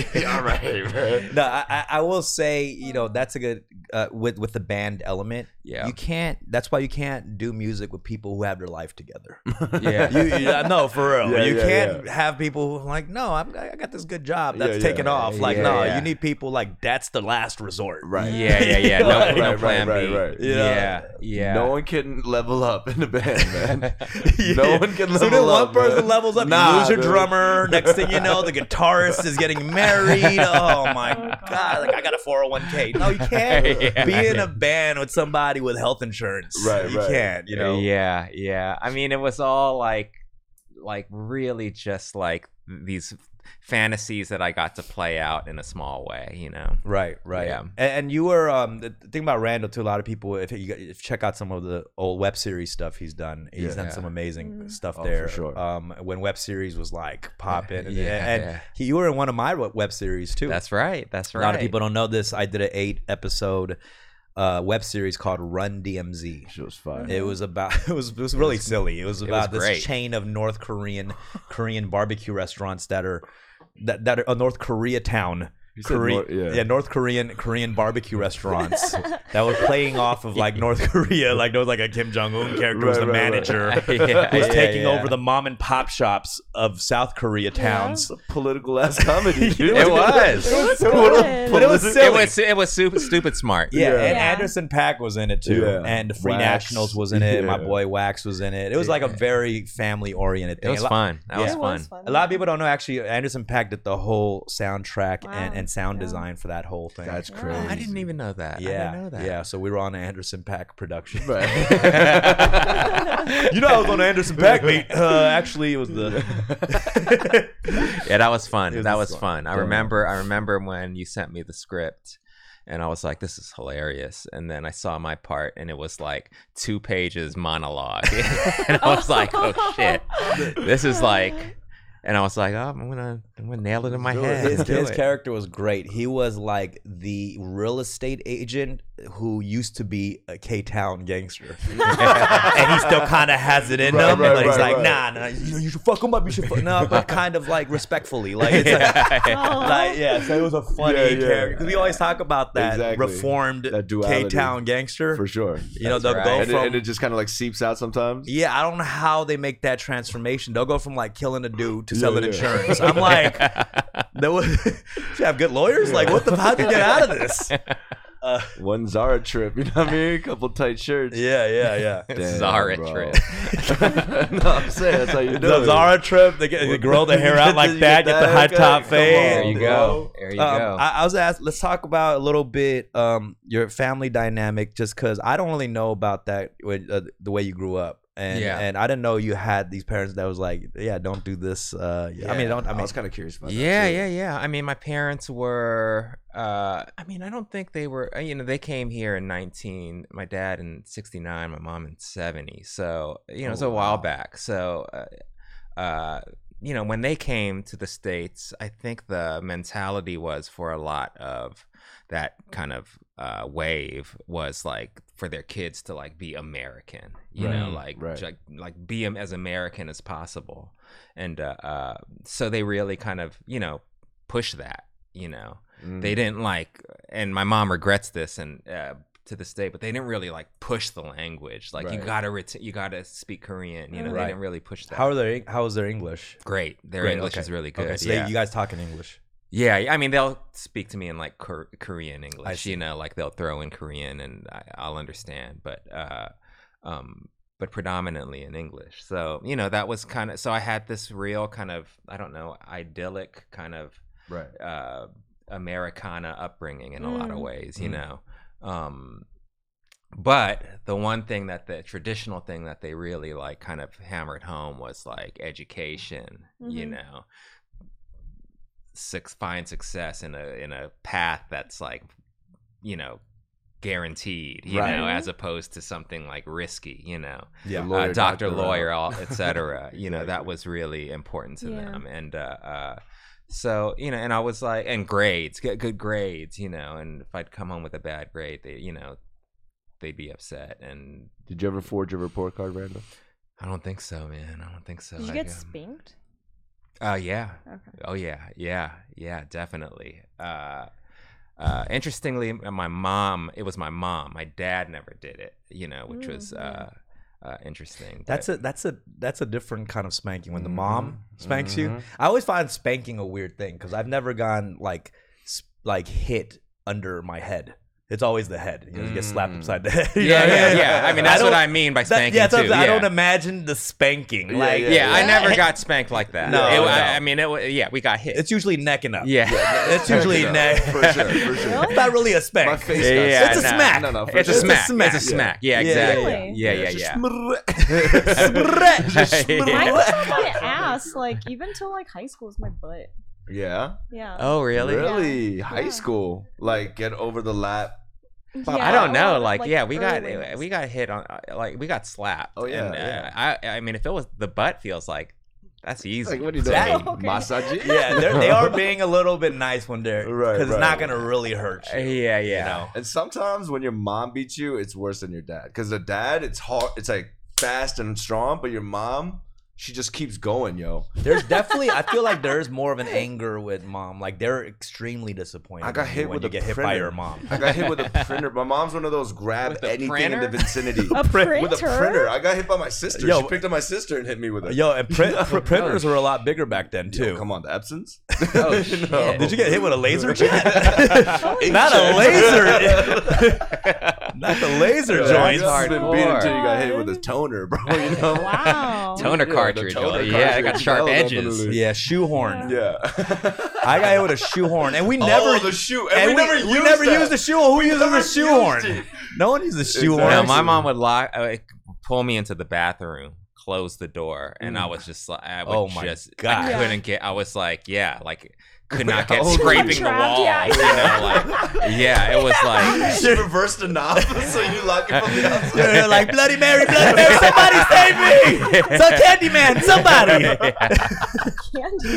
much. Yeah, all right, man.
no, I, I- I will say, you know, that's a good uh, with with the band element.
Yeah.
you can't. That's why you can't do music with people who have their life together.
yeah
you, you, I know for real.
Yeah,
you
yeah,
can't have people who are like, no, I'm, I got this good job that's
Yeah, yeah.
taking off. Like,
Yeah,
no,
yeah.
you need people like that's the last resort.
Right.
yeah yeah yeah no,
Right,
no
right,
plan
right,
b
right.
yeah yeah,
No one can level up in the band, man. No one can level
So then one
up.
person
man.
levels up,
Nah,
you lose your
dude.
drummer. Next thing you know, the guitarist is getting married. Oh my god! Like I got a four hundred one k. No, you can't
Yeah.
be in a band with somebody with health insurance.
Right,
you
right.
can't. You know.
Uh, yeah yeah i mean it was all like like really just like these fantasies that i got to play out in a small way you know
Right, right.
Yeah.
And, and you were um, the the thing about Randall too. A lot of people, if you got- if check out some of the old web series stuff he's done, he's
Yeah.
done
Yeah.
some amazing
Mhm.
stuff
Oh, for
there.
sure.
Um, when web series was like popping, and,
Yeah,
and
yeah.
He, you were in one of my web- web series too.
that's right that's right
a lot of people don't know this. I did an eight episode uh, web series called Run DMZ.
Shit was fire.
It was about it was it was really silly. It was about this
great.
chain of North Korean Korean barbecue restaurants that are that that are a North Korea town.
You said
Korea,
Nor- yeah.
yeah, North Korean Korean barbecue restaurants that were playing off of like North Korea, like there was like a Kim Jong Un character was
Right,
the
right, right.
manager
Yeah,
who's
yeah,
taking
yeah.
over the mom and pop shops of South Korea towns.
political ass comedy. dude.
It was.
It was
What a
good.
But it was
politi-
silly.
it was it was super, stupid smart
Yeah,
Yeah.
and
Yeah.
Anderson Pack was in it too,
Yeah.
and Free
Wax.
Nationals was in it. My
Yeah.
boy Wax was in it. It was like a very family oriented
it
thing.
was
a, lot,
fun that
Yeah.
was
It
fun
was fun.
a lot of people don't know actually. Anderson Pack did the whole soundtrack and,
Wow.
and sound
Yeah.
design for that whole thing.
That's
Yeah.
crazy.
i didn't even know that
yeah,
i didn't know that
yeah. So we were on an Anderson Pack production.
Right.
you know, I was on an Anderson Pack meet. Uh, actually, it was the
yeah, that was fun.
It was
that
a
was
fun-
fun. I
yeah.
remember. I remember when you sent me the script, and I was like, "This is hilarious." And then I saw my part, and it was like two pages monologue, and I was like, "Oh shit, this is like." And I was like, "Oh, I'm gonna, I'm gonna nail it in my
do it.
head."
his,
Let's do
his
it.
character was great. He was like the real estate agent who used to be a K Town gangster, and he still kind of has it in
Right,
him.
right,
but he's
right,
like,
right.
nah, nah, you, you should fuck him up. You should fuck no, but kind of like respectfully, like. It's like
Yeah, yeah.
Oh.
Like yeah, so it was a funny
Yeah, yeah.
character because we always talk about that
Exactly.
reformed
That
K
duality.
Town gangster.
for sure.
You know,
That's
they'll go
right.
And it,
from
and it just kind of like seeps out sometimes.
yeah, I don't know how they make that transformation. They'll go from like killing a dude to
Yeah,
selling
yeah.
insurance. I'm like, that was, you have good lawyers. Like, what the? How'd you get out of this? Uh,
One Zara trip, you know what I mean? A couple tight shirts.
yeah, yeah, yeah.
Damn,
Zara
bro.
trip.
no, I'm saying that's how you do
The
it.
Zara trip, they, get, they grow the hair out like
You
that, get the high
haircut,
top
come
There
on,
fade.
you
bro.
go. There you
Um,
go.
I, I was asked. Let's talk about a little bit um, your family dynamic, just because I don't really know about that with, uh, the way you grew up, and
Yeah.
and I didn't know you had these parents that was like, yeah, don't do this. Uh, I mean,
Yeah.
don't. I
I,
mean,
was kind of curious about
yeah
that.
yeah yeah i mean my parents were uh i mean i don't think they were uh, you know they came here in 19 my dad in 69 my mom in 70 so you know
Oh,
it's a while
wow.
back so uh, uh you know when they came to the states i think the mentality was for a lot of that kind of uh, wave was like for their kids to like be american you know
Right,
like
right.
ju- like be 'em as american as possible and uh, uh, so they really kind of you know push that you know
Mm-hmm.
Mm.
they didn't like and my mom regrets this and uh, to this day but they didn't really like push the language like you
Right.
gotta ret- you gotta speak korean you know
Right.
they didn't really push that
how are their How is their English?
great their
Great,
english
okay.
is really good
Okay, so
yeah.
they, you guys talk in English.
Yeah, I mean they'll speak to me in like Kor- Korean English,
see.
you know, like they'll throw in Korean and I, I'll understand, but uh, um, but predominantly in English. So you know that was kind of so I had this real kind of I don't know idyllic kind of
Right.
uh, Americana upbringing in a lot of
Mm.
ways, you
Mm.
know. Um, but the one thing that the traditional thing that they really like kind of hammered home was like education, you
Mhm.
know, six find success in a in a path that's like, you know, guaranteed, you
Right.
know, as opposed to something like risky, you know
Yeah.
The
uh, doctor, lawyer,
uh,
all, et cetera. You know, that
Exactly.
was really important to
Yeah.
them. And uh, uh, so, you know, and I was like, and grades, get good grades, you know, and if I'd come home with a bad grade, they, you know, they'd be upset. And
Did you ever forge a report card, Randall?
I don't think so, man. I don't think so.
Did you
I,
get
um,
spanked?
uh, yeah.
Okay.
Oh yeah, yeah, yeah, definitely. Uh, uh, interestingly, m- my mom. It was my mom. My dad never did it. You know, which was
Mm,
uh, uh, interesting.
That's
but-
a that's a that's a different kind of spanking when the
Mhm.
mom spanks you.
Mhm.
I always find spanking a weird thing because I've never gone like s- like hit under my head. It's always the head. You, know, you get slapped
Mm.
upside the head.
yeah, yeah, yeah. I mean, that's what
don't-
I mean by
that-
spanking
yeah, that's what
too.
I'm saying.
yeah.
I don't imagine the spanking.
Yeah,
like,
yeah,
yeah.
I never got spanked like that.
No,
It-
no.
I, I mean, it. wa- Yeah, we got hit.
It's usually neck and up.
yeah,
It's usually
Yeah,
neck.
For sure, for sure.
It's not really a spank.
My face
Yeah,
got
yeah,
smacked.
It's a
nah.
smack.
No, no, for
it's a
sure.
smack.
smack.
It's a smack. Yeah,
Yeah,
exactly.
Really?
Yeah, yeah,
it's just
yeah.
Smack.
Just
Mine
Yeah.
was just my ass. Like even till like high school is my butt.
Yeah.
Yeah.
Oh, really?
Really? High
Yeah.
school? Like get over the lap?
Yeah,
I don't
a lot
know.
of,
Like, yeah, we got
early ones.
we got hit on. uh, Like, we got slapped.
Oh, yeah,
And, uh,
yeah.
I I mean, if it was the butt, feels like that's easy.
Like what are you
Dang.
doing?
Okay.
Massage? it?
Yeah, they're, they are being a little bit nice when they're
Right,
because
right.
it's not gonna really hurt
Uh,
you.
yeah, yeah.
You know.
And sometimes when your mom beats you, it's worse than your dad. Because the dad, it's hard. It's like fast and strong, but your mom, she just keeps going, yo.
There's definitely. I feel like there's more of an anger with mom. Like they're extremely disappointed.
I got
when you-
hit
when
with
you
a
get hit by
printer.
your mom.
I got hit with a printer. My mom's one of those grab
With a
anything in
printer?
the vicinity.
a printer.
With a printer, I got hit by my sister.
Yo.
she picked up my sister and hit me with it.
Yo, and print, pr- printers were a lot bigger back then
Yo,
too.
come on, the Epsons.
Oh, shit.
Did you get hit with a laser? Chad?
Ink
Not a
jets.
laser. Not the laser
Yo,
joints.
You just been beat until you got hit
hardcore.
with a toner, bro. You know.
wow.
Toner
Yeah, the
cartridge.
toner
oh, yeah, I got
cartridge,
sharp
that was
edges.
unbelievable.
Yeah, shoehorn.
Yeah.
I got hit with a shoehorn, and we never.
oh, the shoe.
and
And, we, never used
never
that.
used a shoehorn. Who uses
never
a
used
shoehorn?
it.
No one uses a shoehorn.
No,
Exactly.
my mom would lock, uh, pull me into the bathroom, close the door, and I was just like, I would
Mm. Oh my
just,
God.
I
Yeah.
couldn't get. I was like, yeah, like could not get
Oh,
scraping the
trapped,
wall.
yeah.
You know, like yeah, it was like.
She reversed the knob, so you lock it from the outside.
They're like Bloody Mary, Bloody Mary, somebody save me! It's a Candyman, somebody!
Candy.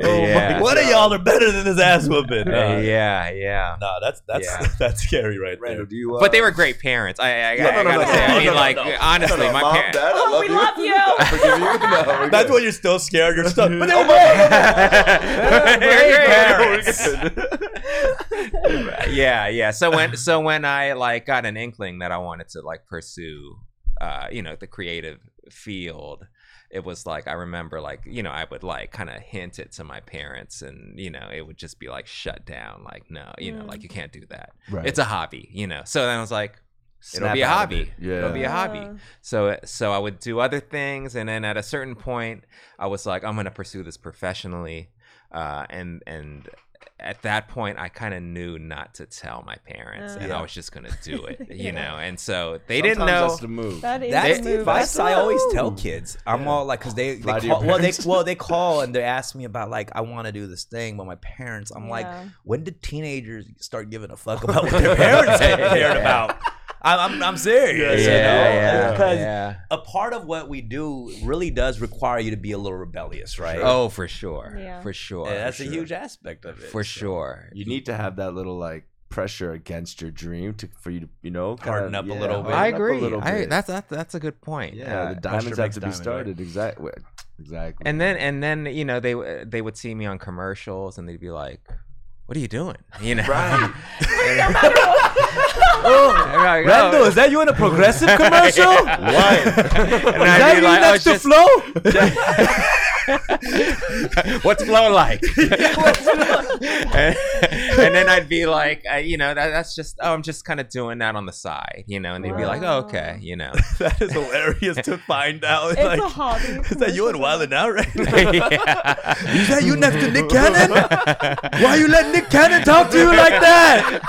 Yeah.
What of y'all are better than this ass whooping?
Uh, yeah, yeah.
No, that's that's
Yeah.
that's scary right
Randall,
there.
do you? Uh,
But they were great parents. I, I, I,
No, no, no,
gotta
no,
say,
no,
I mean,
no, no,
like
no.
honestly, my
mom,
parents.
Dad, I
Oh,
love
we
you.
love you.
I forgive you. No,
That's
we're good. Oh,
when you're still scared. You're stuck. But they were
They're
great
great parents. yeah, yeah. So when so when I like got an inkling that I wanted to like pursue, uh, you know, the creative field, it was like I remember like you know I would like kind of hint it to my parents, and you know it would just be like shut down, like no, you know,
Mm.
like you can't do that.
Right.
It's a hobby, you know. So then I was like, it'll
Snap
be a
out of
hobby.
it. Yeah.
It'll be a
Uh,
hobby. So uh, so I would do other things, and then at a certain point, I was like, I'm gonna pursue this professionally, uh, and and at that point, I kind of knew not to tell my parents,
Uh.
and
Yeah.
I was just gonna do it, you
Yeah.
know. And so they
Sometimes
didn't know.
That's the move.
That is
That's
a
the
move.
advice I always
Ooh.
tell kids. I'm all like, because they, they
Lie to your
call, well, they
parents.
well they call and they ask me about like I want to do this thing, but my parents. I'm like,
Yeah.
when did teenagers start giving a fuck about what their parents cared
Yeah.
about? I'm I'm, I'm serious,
Yeah,
you know,
yeah,
because a
yeah.
part of what we do really does require you to be a little rebellious, right?
Oh, for sure,
Yeah.
for
Oh,
sure.
And that's
for
a
sure.
huge aspect of it.
for
so.
sure.
You need to have that little like pressure against your dream to for you to you know kinda-
Harden up a
yeah,
little bit.
harden
I
up a
agree.
little
I,
bit.
that's that, that's a good point.
yeah.
Uh,
The diamonds have
makes
to be
diamonds, right?
started. Exactly. Exactly.
and then and then you know they w- they would see me on commercials and they'd be like, "What are you doing?" You know,
Right.
And- And I'd be like, "Oh."
that you in a progressive
commercial? Yeah.
What?
And I'd be like, "Oh, it's just-
Flo?
What's flow like? and, and then I'd be like, I, you know, that, that's just, oh, I'm just kind of doing that on the side, you know, and they'd be like, oh, okay, you know.
that is hilarious to find out.
It's a hobby.
Is that you and Wildin' Out right now?
Yeah.
Is that you next to Nick Cannon? Why you let Nick Cannon talk to you like that?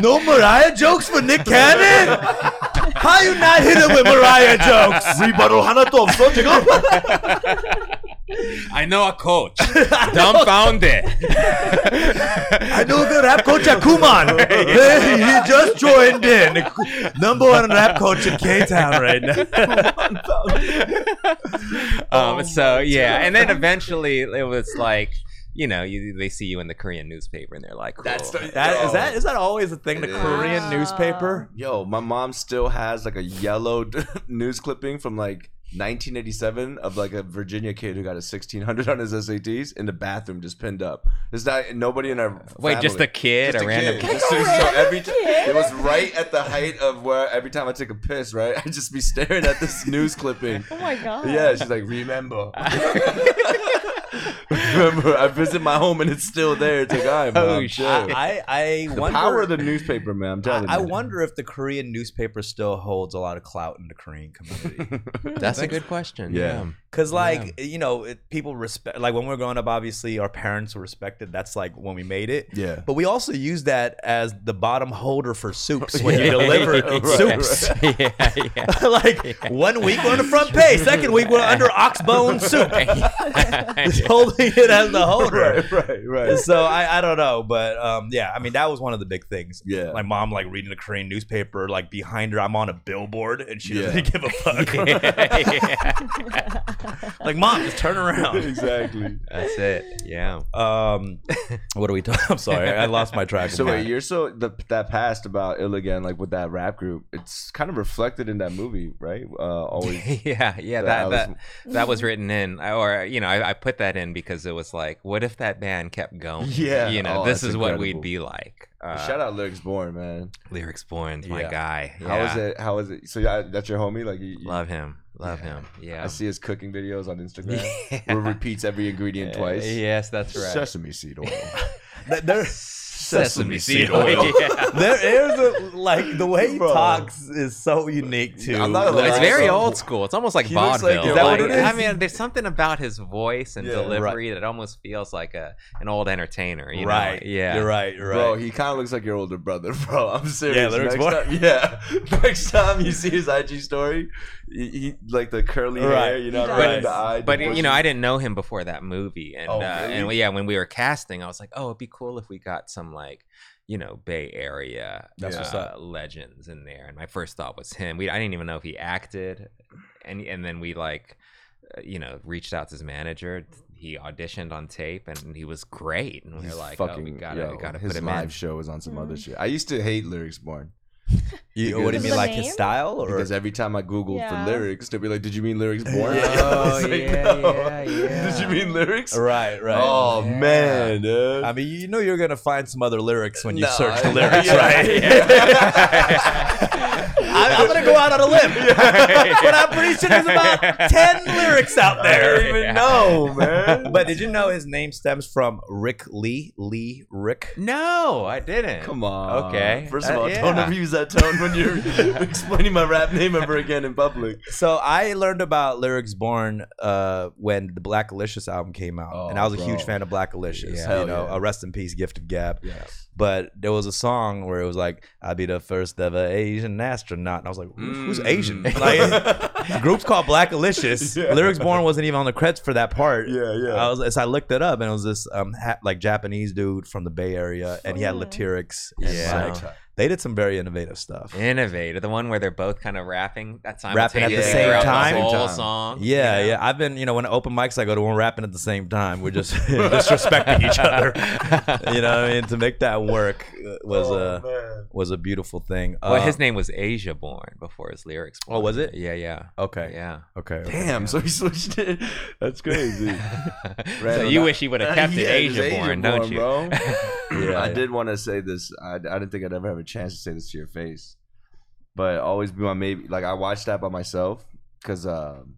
No Mariah jokes for Nick Cannon? How you not hit him with Mariah jokes? Rebuttal Hanato,
I know a coach. Dumbfounded.
I know the rap coach at Kuman. Hey, he just joined in. Number one rap coach in K Town right now.
um, so yeah, and then eventually it was like, you know, you, they see you in the Korean newspaper and they're like, cool.
That's the-
That is that is that always a thing? The
It is.
Korean newspaper.
Yo, my mom still has like a yellow news clipping from like 1987 of like a Virginia kid who got a 1600 on his SATs in the bathroom, just pinned up. Is that nobody in our
Wait, just
family.
a kid,
Just
a random
kid.
kid.
Just- so every ti- it was right at the height of where every time I took a piss, right, I'd just be staring at this news clipping.
Oh my god.
Yeah, she's like, remember. remember, I visit my home and it's still there. It's like, I am.
Oh,
Oh, shit.
shit.
I I
the
wonder.
power of the newspaper, man. I'm telling you.
I wonder if the Korean newspaper still holds a lot of clout in the Korean community.
That's a good question.
Yeah.
Yeah.
Because, like, you know, it, people respect, like, when we were growing up, obviously our parents were respected. That's like when we made it.
Yeah.
But we also use that as the bottom holder for soups when you
Yeah.
deliver
Right.
soups.
yeah, yeah.
like, one week we're on the front page, second week we're under oxbone soup. Just holding it as the holder.
Right, right, right.
So I, I don't know, but um, yeah, I mean that was one of the big things.
Yeah.
my mom like reading a Korean newspaper, like behind her, I'm on a billboard, and she
Yeah.
doesn't give a fuck. like mom, just turn around.
exactly.
That's it. Yeah.
Um, what are we talking? I'm sorry, I lost my track.
So
of
wait,
that.
you're so the, that past about ill again, like with that rap group. It's kind of reflected in that movie, right? Uh, always.
yeah, yeah, that
That was-
that, that
Mm-hmm.
was written in, I- or you know, I, I put that in because it was like, what if that band kept going?
Yeah.
you know,
Oh,
this
that's
is what
incredible.
we'd be like. Uh,
Shout out Lyrics Born, man.
lyrics born, my
Yeah.
guy.
How
Yeah.
is it? How is it? So yeah, that's your homie. Like, you, you-
Love him, love him. Yeah,
I see his cooking videos on Instagram. Where it repeats every ingredient
Uh,
twice.
Yes, that's right.
Sesame seed oil.
Th- there,
Sesame
seed
seed oil.
oil.
Yeah.
there is a, like the way he
Bro.
talks is so unique too.
I'm not gonna lie.
It's very
So-
old school. It's almost like
He looks like-
vaudeville.
is that what
Like,
it is?
I mean, there's something about his voice and
Yeah,
delivery that almost feels like a an old entertainer. You know?
right?
Yeah.
you're right. You're right.
Bro, he kind of looks like your older brother, bro. I'm serious.
Yeah, Lyrics
next
Born.
time, yeah. Next time you see his IG story, he, he like the curly hair,
Right.
you know,
He
right,
does.
in the eye. the
But you know,
bushy-
I didn't know him before that movie, and
Oh,
uh, and
really?
yeah, when we were casting, I was like, oh, it'd be cool if we got some like, you know, Bay Area
That's
uh,
what's up.
legends in there. And my first thought was him. We I didn't even know if he acted, and and then we like, uh, you know, reached out to his manager. He auditioned on tape, and he was great. And we
He's
were like, oh, we
fucking,
gotta
yo,
we gotta
his
put him
live
in.
show is on some
Mm.
other shit. I used to hate Lyrics Born
you, what do you
Because
mean,
of
like
the
his
name?
style, or
because every time I Googled
Yeah.
for lyrics, they'd be like, "Did you mean Lyrics Born?"
Yeah.
I was
Oh,
like,
yeah,
"No."
yeah, yeah.
Did you mean lyrics?
right? Right.
Oh
Yeah.
man, dude.
I mean, you know you're gonna find some other lyrics when you
No,
search the
I-
lyrics,
yeah.
right? I, I'm gonna go out on a limb, but I'm pretty sure there's about ten lyrics out there.
I don't even know, man.
But did you know his name stems from Rick Lee? Lee Rick.
No, I didn't.
Come on.
Okay.
First of
Uh,
all, don't
yeah.
ever use that tone when you're explaining my rap name ever again in public.
So I learned about lyrics born uh, when the Black Alicious album came out,
Oh,
and I was a
bro.
huge fan of Black Alicious.
Yeah.
Hell
you know,
yeah.
a rest in peace, gift of gab.
Yes.
But there was a song where it was like, "I'll be the first ever Asian astronaut," and I was like, "Who- "Who's
Mm.
Asian?" Like, the group's called Black Alicious.
Yeah.
Lyrics Born wasn't even on the credits for that part.
Yeah, yeah.
I was so I looked it up, and it was this um ha- like Japanese dude from the Bay Area, and he
Oh,
had
Mm.
lyrics.
Yeah.
so they did some very innovative stuff.
Innovator, the one where they're both kind of rapping that time,
Rapping at the same time.
the whole
Same time.
song.
Yeah, yeah, I've been, you know, when I open mics, I go to one rapping at the same time. We're just disrespecting each other. You know, what I mean, to make that work uh, was
Oh,
a was a beautiful thing.
Well, his
Uh,
name was Asia Born before his lyrics.
Oh, was it?
Yeah, yeah,
Okay.
yeah.
Okay. okay.
Damn, so he switched it. That's crazy.
so
on
you
that.
wish he would have kept
Yeah,
it Asia,
it's
Born, don't you?
Bro.
Yeah,
I
yeah.
did want to say this. I, I didn't think I'd ever have a chance to say this to your face, but always be my maybe. Like I watched that by myself because um,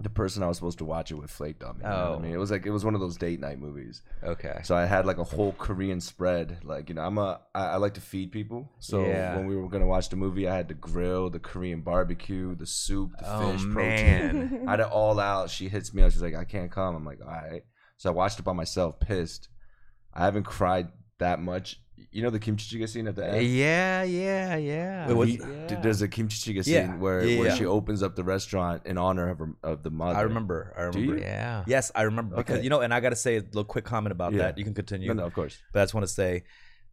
the person I was supposed to watch it with flaked on me. You know what
Oh.
I mean, it was like it was one of those date night movies.
Okay.
So I had like a whole Korean spread. Like you know, I'm a I, I like to feed people. So
Yeah.
when we were gonna watch the movie, I had the grill, the Korean barbecue, the soup, the
oh
fish, protein.
Mm-hmm. Ah.
man.
I had it all out. She hits me up. She's like, I can't come. I'm like, all right. So I watched it by myself, pissed. I haven't cried that much. You know the kimchi jjigae scene at the end.
yeah, yeah, yeah.
Wait, what's-
We- th- There's a kimchi jjigae scene
Yeah.
where,
Yeah,
where
yeah.
she opens up the restaurant in honor of her, of the mother.
I remember. I
Do you?
remember.
yeah.
Yes, I remember because
Okay.
you know, and I got to say a little quick comment about
Yeah.
that. You can continue,
No, no, of course.
but I just want to say,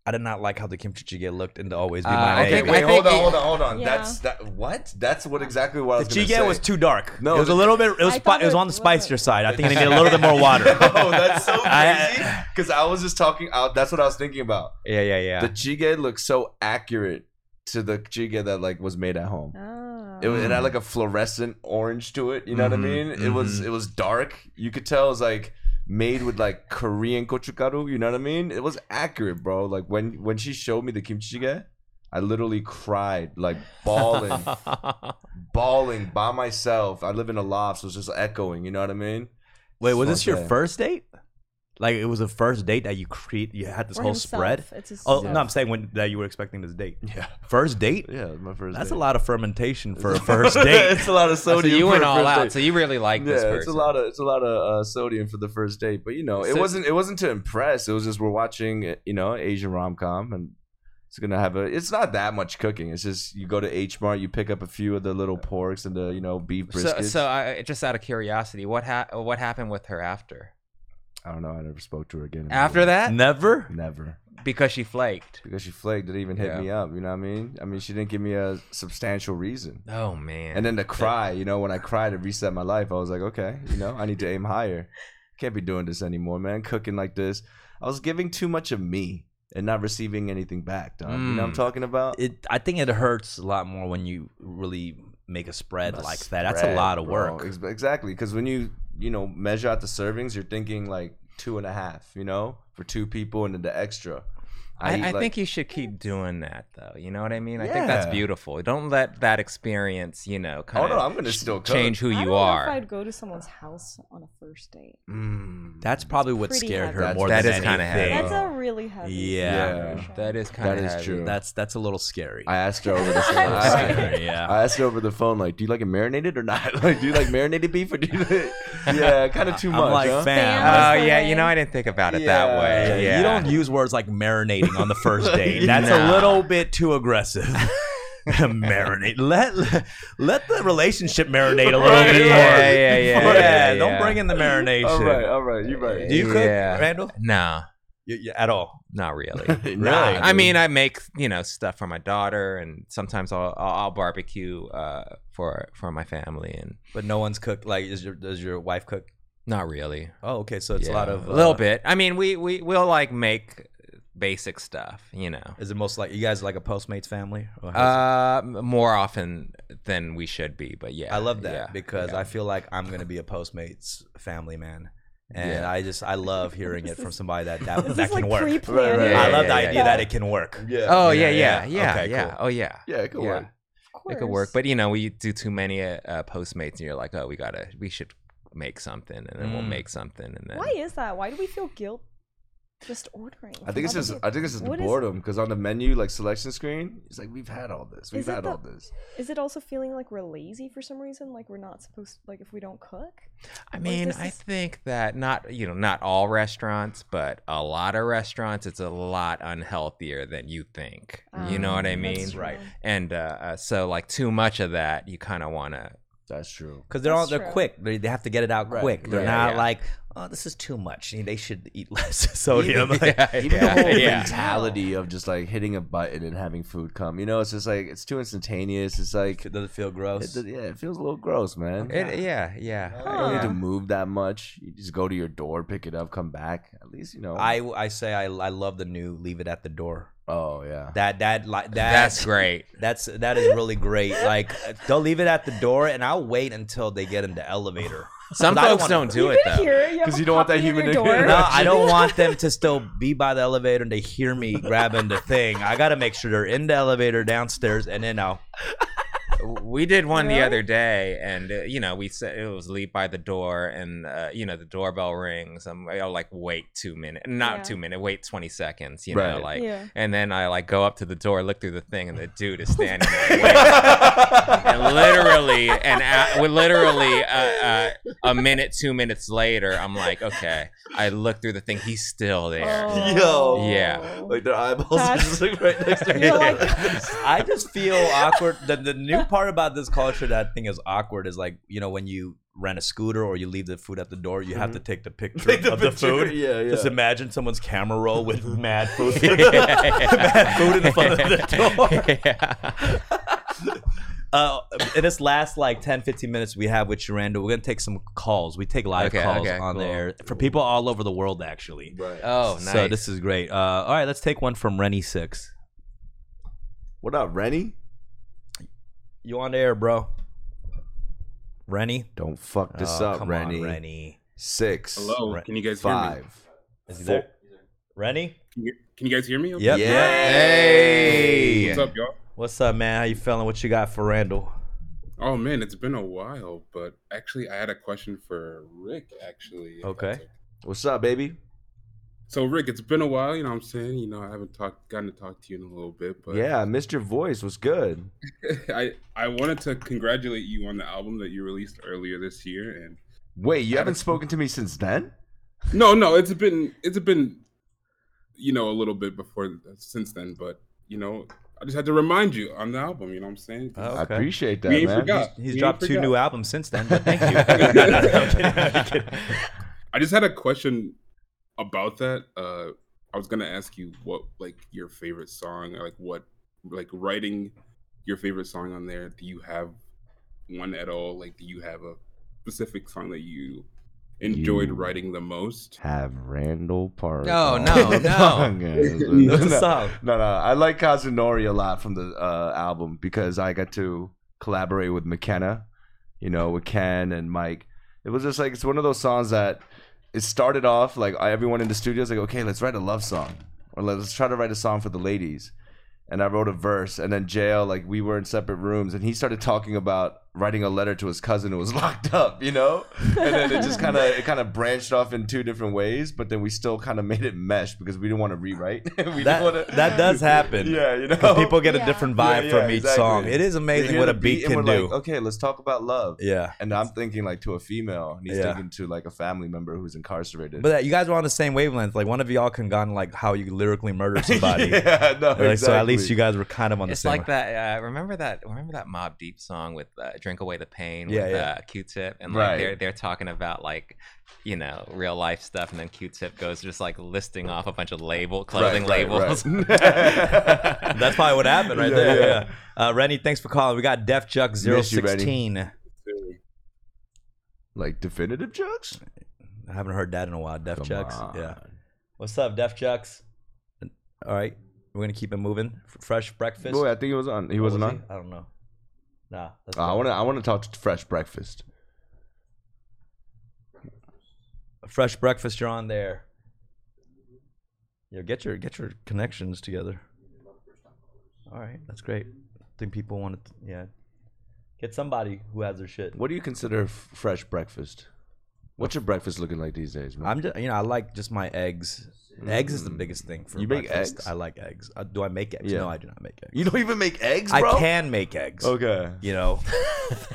I did not like how the kimchi jjigae looked and always be
Uh,
my
I
egg.
Okay,
think-
wait,
I
hold
think
on,
it-
hold on, hold on.
Yeah.
That's that. What? That's what exactly what I
The
was gonna
jjigae
say.
was too dark.
No,
No, it was a
the-
little bit. It was,
I
spi-
thought
it was
it
on the
was-
spicier side. I think it needed a little bit more water.
oh, that's so
I-
crazy. Because I was just talking out. That's what I was thinking about.
Yeah, yeah, yeah.
The jjigae looked so accurate to the jjigae that like was made at home.
Ah.
It, was- it had
Mm.
like a fluorescent orange to it. You know
Mhm,
what I
Mm-hmm.
mean? It was
mhm.
it was dark. You could tell it was like made with like Korean gochugaru. You know what I mean? It was accurate, bro. Like when when she showed me the kimchi jjigae, I literally cried, like bawling, bawling by myself. I live in a loft, so it's just echoing. You know what I mean?
Wait, was this your
Okay.
first date? Like it was a first date that you create. You had this
Or
whole
himself.
spread.
It's his
Oh
self.
no, I'm saying when that you were expecting this date.
Yeah,
First date.
yeah. My first.
That's
date.
a lot of fermentation for a first date.
it's a lot of
so
sodium.
you
for
went
a
all
first
out.
date.
So you really like
yeah,
this person.
it's a lot of it's a lot of uh, sodium for the first date, but you know, it
So-
wasn't it wasn't to impress. It was just we're watching, uh, you know, Asian rom com, and it's gonna have a. It's not that much cooking. It's just you go to H Mart, you pick up a few of the little porks and the you know beef
So,
briskets.
so I, just out of curiosity, what ha- what happened with her after?
I don't know. I never spoke to her again. in my
After
life.
that,
Never.
never
because she flaked.
because she flaked. Didn't even hit
Yeah.
me up. You know what I mean? I mean, she didn't give me a substantial reason.
Oh man.
And then the cry, you know, when I cried to reset my life, I was like, okay, you know, I need to aim higher. Can't be doing this anymore, man. Cooking like this. I was giving too much of me and not receiving anything back, dog. You know what I'm
Mm.
talking about?
It. I think it hurts a lot more when you really make a spread
A
like that. That's a
spread,
lot of
bro.
work.
Ex- Exactly. Because when you, you know, measure out the servings, you're thinking like two and a half, you know, for two people and then the extra.
I,
eat,
I
like-
think you should keep doing that though. You know what I mean? I think that's
Yeah.
beautiful. Don't let that experience, you know, kind
Oh,
of
no, I'm going to still cook.
change who
I
you
don't Know if
are.
I'd go to someone's house on a first date.
Mm.
That's probably what
Pretty
scared her
heavy.
more
That's-
than
that is
kinda heavy.
anything.
That's a really heavy.
Yeah.
situation.
That is kind of
is true.
That's that's a little scary.
I asked her over the
I'm
That's
sorry.
phone.
scary, yeah.
I asked her over the phone, like, do you like it marinated or not? Like, do you like marinated beef or do you like, yeah, kind of too
I'm
much.
like, fam.
huh?
Oh
Fam.
uh,
That's the
yeah,
way.
you know I didn't think about it
Yeah.
that
yeah,
way. Yeah.
You don't use words like marinating on the first date. That's a
No.
little bit too aggressive. marinate. Let let the relationship marinate a little
Right,
bit
yeah,
more.
yeah, yeah, yeah,
Before-
yeah,
Don't
yeah.
bring in the marination.
all right, all right, you're right.
Do you cook,
Yeah.
Randall?
No,
You, you- at all?
not really.
Nah,
I
dude.
mean, I make you know stuff for my daughter, and sometimes I'll I'll, I'll barbecue uh, for for my family, and
But no one's cooked. Like, is your does your wife cook?
not really.
Oh, okay. So it's
Yeah,
a lot of
a little
uh,
bit. I mean, we we will like make basic stuff, you know,
Is it most like you guys like a Postmates family? Or how's it-
uh, m- more often than we should be. But yeah,
I love that
yeah,
because
yeah.
I feel like I'm gonna be a Postmates family man, and
Yeah.
I just I love hearing it from somebody that that,
This
that
is
can
like
work.
pre-planned.
Right, right,
I love the
yeah,
idea
yeah.
that it can work.
yeah.
Oh
Yeah,
yeah, yeah,
yeah.
yeah, yeah.
Okay, cool.
Oh yeah,
yeah, it could
yeah.
work.
Of course.
it could work. But you know, we do too many uh, uh, Postmates, and you're like, oh, we gotta, we should make something, and then we'll
Mm.
make something, and then
why is that? Why do we feel guilt just ordering?
I think it's just, I think it's just
What is-
boredom because on the menu, like selection screen, it's like we've had all this, we've
Is it
had
the-
all this.
Is it also feeling like we're lazy for some reason? Like we're not supposed like if we don't cook?
I
Like,
mean,
this
I
is-
think that not you know not all restaurants, but a lot of restaurants, it's a lot unhealthier than you think. you know what I
Um,
mean?
that's
Right.
true.
And uh, uh, so, like too much of that, you kind of want to.
That's true.
Because they're all
That's
they're
true.
quick. They, they have to get it out
Right.
quick. They're
Yeah,
not
yeah.
like, oh, this is too much. They should eat less sodium. Oh, Like,
Even the whole
yeah.
mentality of just like hitting a button and having food come, you know, it's just like it's too instantaneous. It's like,
Does it feel gross?
it, yeah, it feels a little gross, man.
It, yeah, yeah.
You don't need to
Huh.
move that much. You just go to your door, pick it up, come back. At least you know.
I I say I, I love the new leave it at the door.
oh yeah.
That that like that,
That's great.
That's that is really great. Like they'll leave it at the door, and I'll wait until they get in the elevator.
Some
'Cause I
folks
wanna-
don't do it
you can
though.
hear it. You have
'Cause
a
you don't want
puppy
that
in your
human
door.
No, I don't want them to still be by the elevator and they hear me grabbing the thing. I gotta make sure they're in the elevator downstairs, and then I'll
we did one
Really?
the other day, and uh, you know, we said it was leave by the door, and uh, you know, the doorbell rings. I'm I'll, like, wait two minutes, not
Yeah.
two minutes, wait twenty seconds. You know,
Right.
like,
Yeah.
and then I like go up to the door, look through the thing, and the dude is standing there. waiting. and literally, and a- well, literally uh, uh, a minute, two minutes later, I'm like, okay. I look through the thing, he's still
Oh.
there.
Yo.
Yeah.
Like their eyeballs are
That's-
just like right next to each
You're
other.
like-
I just feel awkward. The, the new part about this culture that I think is awkward is like, you know, when you rent a scooter or you leave the food at the door, you have to take the picture
Take the
of the
picture,
food.
yeah, yeah.
Just imagine someone's camera roll with mad food.
Bad
food in front of the
door.
Uh, in this last like 10, 15 minutes we have with Sharanda, we're going to take some calls. We take live
Okay,
calls
okay,
on
cool.
the air for people all over the world, actually.
Right.
Oh, nice.
So this is great. Uh, all right, let's take one from Rennie6.
What up, Rennie?
You on the air, bro. Rennie?
Don't fuck this
Oh,
up,
come
Rennie.
On, Rennie.
Six.
Hello,
Right.
can you guys hear me?
Five.
Is he
Four.
there? Rennie?
Can you, can you guys hear me? Okay.
Yep.
Yay!
What's up, y'all?
What's up, man? How you feeling? What you got for Randall?
Oh man, it's been a while, but actually, I had a question for Rick. Actually, if
Okay.
that's
What's up, baby?
So Rick, it's been a while. You know, what I'm saying, you know, I haven't talked, gotten to talk to you in a little bit, but
yeah, I missed your voice. What's good?
I I wanted to congratulate you on the album that you released earlier this year. And
Wait, you haven't
I haven't-
spoken to me since then?
no, no, it's been it's been, you know, a little bit before since then, but you know, I just had to remind you on the album. You know, what I'm saying.
Oh,
I
Okay.
appreciate that,
We ain't
man.
forgot.
He's
We
dropped two
forgot.
new albums since then, but thank you. No, no, no, I'm kidding, I'm kidding.
I just had a question about that. Uh, I was gonna ask you what like your favorite song, or, like what like writing your favorite song on there. Do you have one at all? Like, do you have a specific song that you enjoyed
You-
writing the most?
Have Randall Park.
No,
on
no,
the
no.
podcast.
That's a
No.
song.
No, no. I like Kazunori a lot from the uh, album because I got to collaborate with McKenna, you know, with Ken and Mike. It was just like, it's one of those songs that it started off like everyone in the studio is like, okay, let's write a love song or let's try to write a song for the ladies. And I wrote a verse, and then JL, like, we were in separate rooms, and he started talking about writing a letter to his cousin who was locked up, you know? And then it just kind of it kind of branched off in two different ways, but then we still kind of made it mesh because we didn't want to rewrite. we didn't
That,
wanna-
that does happen.
yeah, you know,
'Cause People get a
Yeah.
different
Yeah,
vibe
yeah,
from each
exactly.
song. It is
They
amazing
hear
what
the
a beat,
and
can
we're
do.
Like, okay, let's talk about love.
Yeah.
And I'm thinking like to a female, and he's
Yeah.
thinking to like a family member who's incarcerated.
But uh, you guys were on the same wavelength. Like one of y'all can gone like how you lyrically murder somebody.
yeah, no,
Like, So at least
exactly.
you guys were kind of on the
it's
same.
like that. Uh, remember that? Remember that Mob Deep song with uh, "Drink Away the Pain"
Yeah,
with
yeah.
Uh, Q-Tip, and like
Right.
they're they're talking about like you know real life stuff, and then Q-Tip goes just like listing off a bunch of label clothing
Right, right,
labels.
right.
That's probably what happened right
Yeah,
there.
yeah.
Yeah. Uh, Rennie, thanks for calling. We got Def Chuck
Miss you,
016.
like definitive jokes.
I haven't heard that in a while. Def
Come
Chucks.
on.
Yeah. What's up, Def Chucks? All right. We're going to keep it moving. F- Fresh breakfast.
Boy, I think he was on. He
Oh,
wasn't
was
on.
I don't know. Nah. that's
Uh, I
fine.
want to. I want to talk to Fresh Breakfast.
Fresh breakfast, you're on there. Yeah, get your get your connections together. All right, that's great. I think people want to, yeah. Get somebody who has their shit.
What do you consider f- fresh breakfast? What's your breakfast looking like these days, man?
I'm just, you know, I like just my eggs. Eggs is the biggest thing for
You make
breakfast.
eggs?
I like eggs. Uh, do I make eggs?
Yeah.
No, I do not make eggs.
you don't even make eggs,
I
bro.
can make eggs.
Okay.
You know,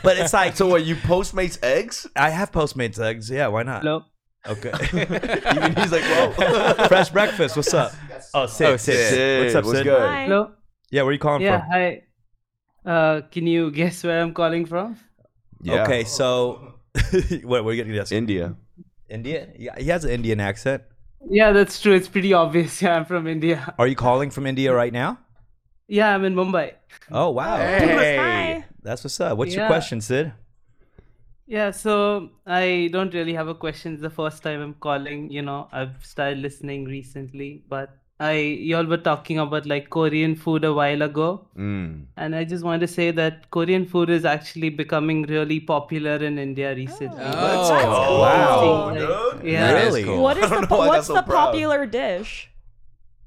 but it's like
So what? You Postmates eggs?
I have Postmates eggs. Yeah, why not?
Hello.
Okay.
Even he's like, whoa.
Fresh breakfast. What's up? Oh, Sid.
Oh,
Sid.
Sid.
What's up,
What's
Sid?
good?
Hi.
Hello.
Yeah, where you calling
Yeah.
from?
Hi. Uh, can you guess where I'm calling from?
Yeah.
Okay, so what we're getting this
India.
India? Yeah, he has an Indian accent.
Yeah, that's true. It's pretty obvious. Yeah, I'm from India.
Are you calling from India right now?
Yeah, I'm in Mumbai.
Oh wow,
Hi.
that's what's up. What's your
Yeah.
question, Sid?
Yeah, so I don't really have a question. It's the first time I'm calling. You know, I've started listening recently, but I y'all were talking about like Korean food a while ago,
Mm.
and I just want to say that Korean food is actually becoming really popular in India recently.
Oh,
Wow.
Like,
dude.
Yeah.
That is
Really?
cool.
What is
I don't
the
know why
what's
that's so
the
proud.
popular dish?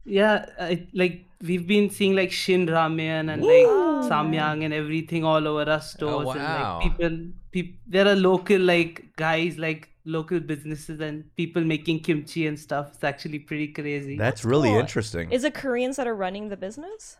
Yeah, I, like we've been seeing like Shin Ramen and like Samyang and everything all over our stores.
Oh, wow.
And like people, peop there are local like guys, like local businesses and people making kimchi and stuff. It's actually pretty crazy.
That's really
cool.
interesting.
Is it Koreans that are running the business?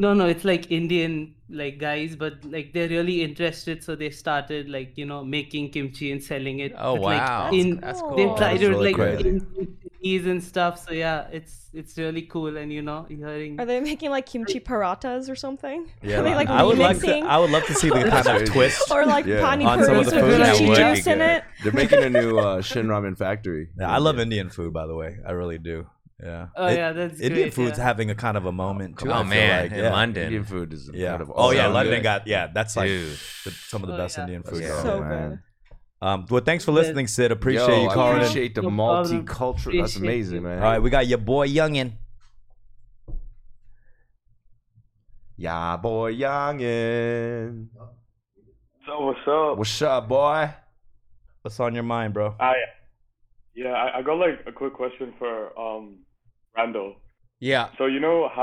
No, no, it's like Indian like guys, but like they're really interested, so they started like you know making kimchi and selling it.
Oh
but, like,
wow,
in-
that's
They've
cool.
They've
Oh,
tried
that's
to
really
like
crazy.
in- cities and stuff. So yeah, it's it's really cool, and you know, hearing
Are they making like kimchi paratas or something?
Yeah,
Are they like
I would like to.
remixing?
I would love to see the kind of
crazy.
twist.
or like
Yeah.
On some
panipuris
of
with
the food, that
kimchi
would be
juice in
good.
it?
They're making a new uh, Shin Ramen factory.
Yeah, I love Indian food, by the way. I really do. Yeah.
Oh, yeah, that's
Indian
great,
food's
yeah.
having a kind of a moment too. I
oh
feel
man,
like,
in
yeah.
London.
Indian food is
Yeah.
incredible.
Oh yeah,
so
London
good.
got yeah. That's like
Dude.
the, some of the
Oh,
best
yeah.
Indian food.
Yeah.
out
So
there.
good.
man.
Um, well, thanks for listening, Sid. Appreciate
Yo,
you
I
calling in.
appreciate the
No problem.
multicultural. That's
Appreciate
amazing,
you.
man.
All right, we got your boy Youngin.
Yeah, boy, youngin.
So what's up?
What's up, boy?
What's on your mind, bro?
Uh,
I yeah, I, I got like a quick question for um Randall.
Yeah.
So you know how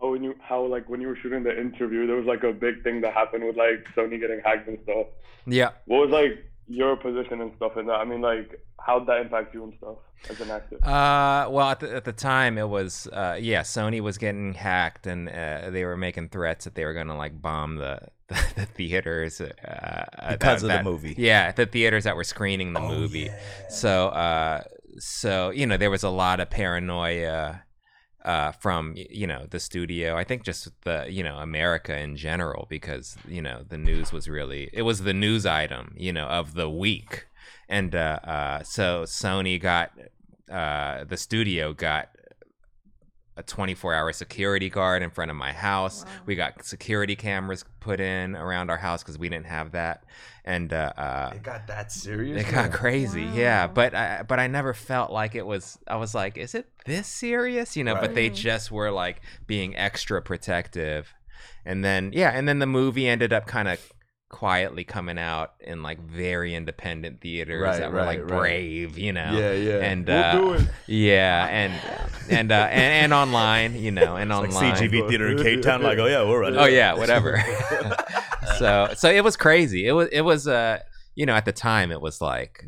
how when you how like when you were shooting the interview, there was like a big thing that happened with like Sony getting hacked and stuff.
Yeah.
What was like your position and stuff in that? I mean, like how'd that impact you and stuff as an actor?
Uh, well, at the, at the time, it was uh, yeah, Sony was getting hacked, and uh, they were making threats that they were gonna like bomb the the, theaters uh, uh,
Because
that-
of the
that-
movie. Oh,
Yeah, the theaters that were screening the movie. So, uh, so you know, there was a lot of paranoia uh, from y- you know the studio. I think just the you know America in general because you know the news was really it was the news item you know of the week, and uh, uh, so Sony got uh, the studio got a 24 hour security guard in front of my house. We got security cameras put in around our house because we didn't have that, and uh, uh,
It got that serious.
it got crazy, yeah.
Wow.
But I, but I never felt like it was. I was like, is it this serious? You know. But they
Right. Mhm.
just were like being extra protective, and then yeah, and then the movie ended up kind of quietly coming out in like very independent theaters
Right,
that were
right,
like
right.
brave, you know.
Yeah, yeah.
And
We'll
uh,
do it.
yeah, and and, uh, and and online, you know, and
Like
online.
CGV Theater in Cape Town. Like, oh yeah, we're ready.
Oh yeah, whatever. so so it was crazy. It was it was uh you know at the time it was like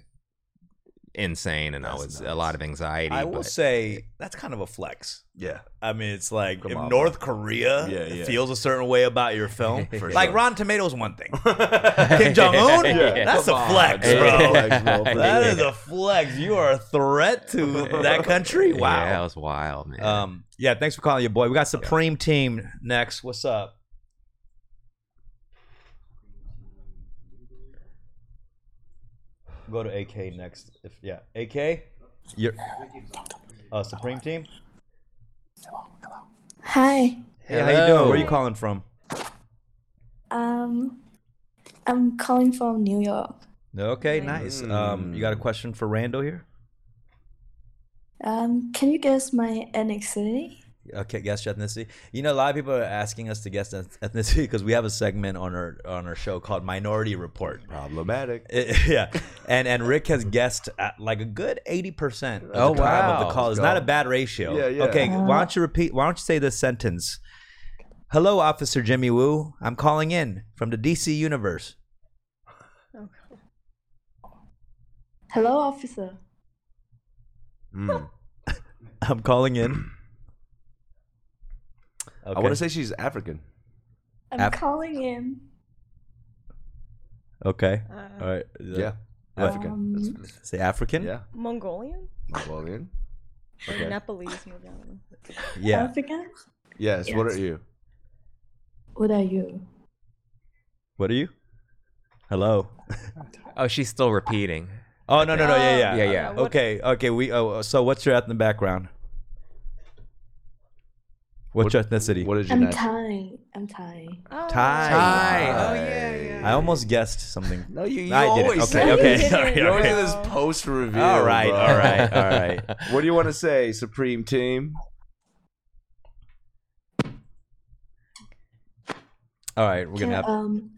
insane and I
That's
was
nuts.
a lot of anxiety.
I will
but-
say that's kind of a flex.
Yeah.
I mean, it's like
Come
if
on,
North Korea
Yeah, yeah.
feels a certain way about your film,
For
like
sure.
Ron Tomatoes, one thing. Kim Jong Un,
Yeah.
that's a
Come on,
flex,
dude.
bro.
Flex, bro, for
that
sure.
is a flex. You are a threat to that country.
Yeah, it
Wow.
was wild, man.
Yeah, um, yeah. Thanks for calling your boy. We got Supreme Team next. What's up? Go to AK next. If yeah, AK. You're, uh, Supreme Team.
Hi.
Hey, how you doing? Where you calling from?
Um, I'm calling from New York.
Okay, nice. Um, you got a question for Randall here?
Um, can you guess my ethnic city?
Okay, guess your ethnicity. You know, a lot of people are asking us to guess eth- ethnicity because we have a segment on our on our show called Minority Report.
Problematic.
It- yeah, and and Rick has guessed at like a good eighty percent.
Oh,
the time of
wow.
the call It's
Let's
not
go.
a bad ratio.
Yeah, yeah.
Okay, why don't you repeat? Why don't you say this sentence? Hello, Officer Jimmy Woo. I'm calling in from the DC universe.
Hello, officer.
Mm.
I'm calling in.
I want to say she's African.
I'm
App-
calling in.
okay.
Uh,
All right.
Yeah.
What?
African. That's-
Um,
that's-
Say African.
yeah.
Mongolian?
Mongolian.
Or
Okay.
Nepalese, maybe. I don't know.
Yeah.
African?
Yes. What
Yes.
are you?
What are you?
What are you? Hello.
oh, she's still repeating.
Oh no no no yeah yeah
Oh,
Yeah, yeah.
okay, what-
Okay okay we oh so what's your ethnic background? What's your ethnicity?
What is your
I'm
nationality?
Thai. I'm Thai.
Oh,
Thai.
Hi.
Oh yeah,
I almost guessed something.
No, you, you
I did it.
always
Okay,
say
okay,
this.
sorry,
You always
okay.
do this post review.
all right
bro.
all right all right.
What do you want to say, Supreme Team?
All right, we're gonna
Can-
have
um,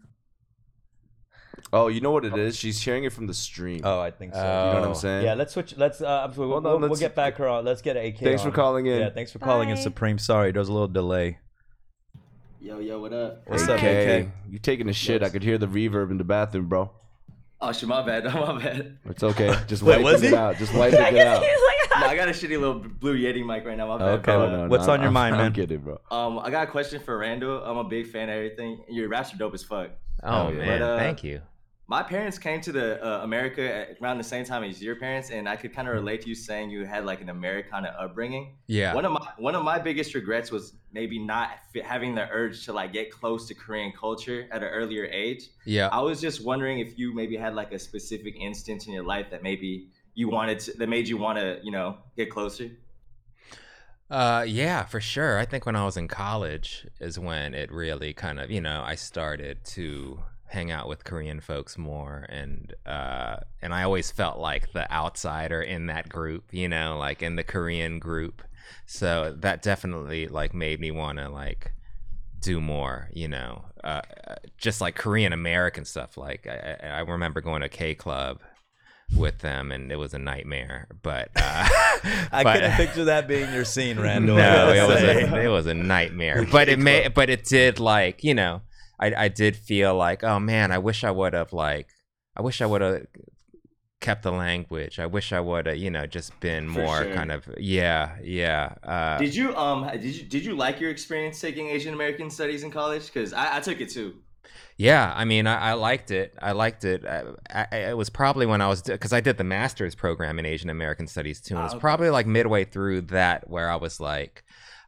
Oh, you know what it is? She's hearing it from the stream.
Oh, I think so.
You know what I'm saying?
Yeah, let's switch. Let's. Uh, I'm sorry, we'll,
Hold
we'll,
on,
we'll
let's-
get back her on. Let's get AK.
Thanks for
on.
calling in.
Yeah, thanks for calling in,
Bye.
Supreme. Sorry, there was a little delay.
Yo, yo, what up?
What's up,
Okay.
AK?
You taking a shit? I could hear the reverb in the bathroom, bro.
Oh shit, my bad, my bad.
It's okay. Just
Wait,
wipe
was
it
he?
out. Just wipe it out. Oh,
No, I got a shitty little blue Yeti mic right now. My bad.
Okay,
bro.
well, what's on your
I'm-
mind, man?
I'm kidding, bro.
Um, I got a question for Randall. I'm a big fan of everything. Your raps are dope as fuck.
Oh,
Oh, yeah.
man,
But, uh,
thank you.
My parents came to the uh, America at around the same time as your parents, and I could kind of relate to you saying you had like an Americana upbringing.
Yeah.
One of my one of my biggest regrets was maybe not fi- having the urge to like get close to Korean culture at an earlier age.
Yeah.
I was just wondering if you maybe had like a specific instance in your life that maybe you wanted to, that made you want to you know get closer.
Uh, yeah, for sure. I think when I was in college is when it really kind of, you know, I started to hang out with Korean folks more, and uh, and I always felt like the outsider in that group, you know, like in the Korean group. So that definitely like made me want to like do more, you know, uh, uh, just like Korean American stuff. Like I, I I remember going to K Club with them, and it was a nightmare. But uh,
I
but-
couldn't picture that being your scene, Randall. I
no,
gotta
it was
say.
a, it was a nightmare. But it may, but it did like you know, I I did feel like oh man, I wish I would have like I wish I would have kept the language. I wish I would have you know just been
For
more
sure.
kind of yeah yeah. Uh,
Did you um did you did you like your experience taking Asian American studies in college? Because I, I took it too.
Yeah, I mean, I, I liked it. I liked it. I, I, it was probably when I was because I did the master's program in Asian American Studies too, and it was
Ah, okay.
probably like midway through that where I was like,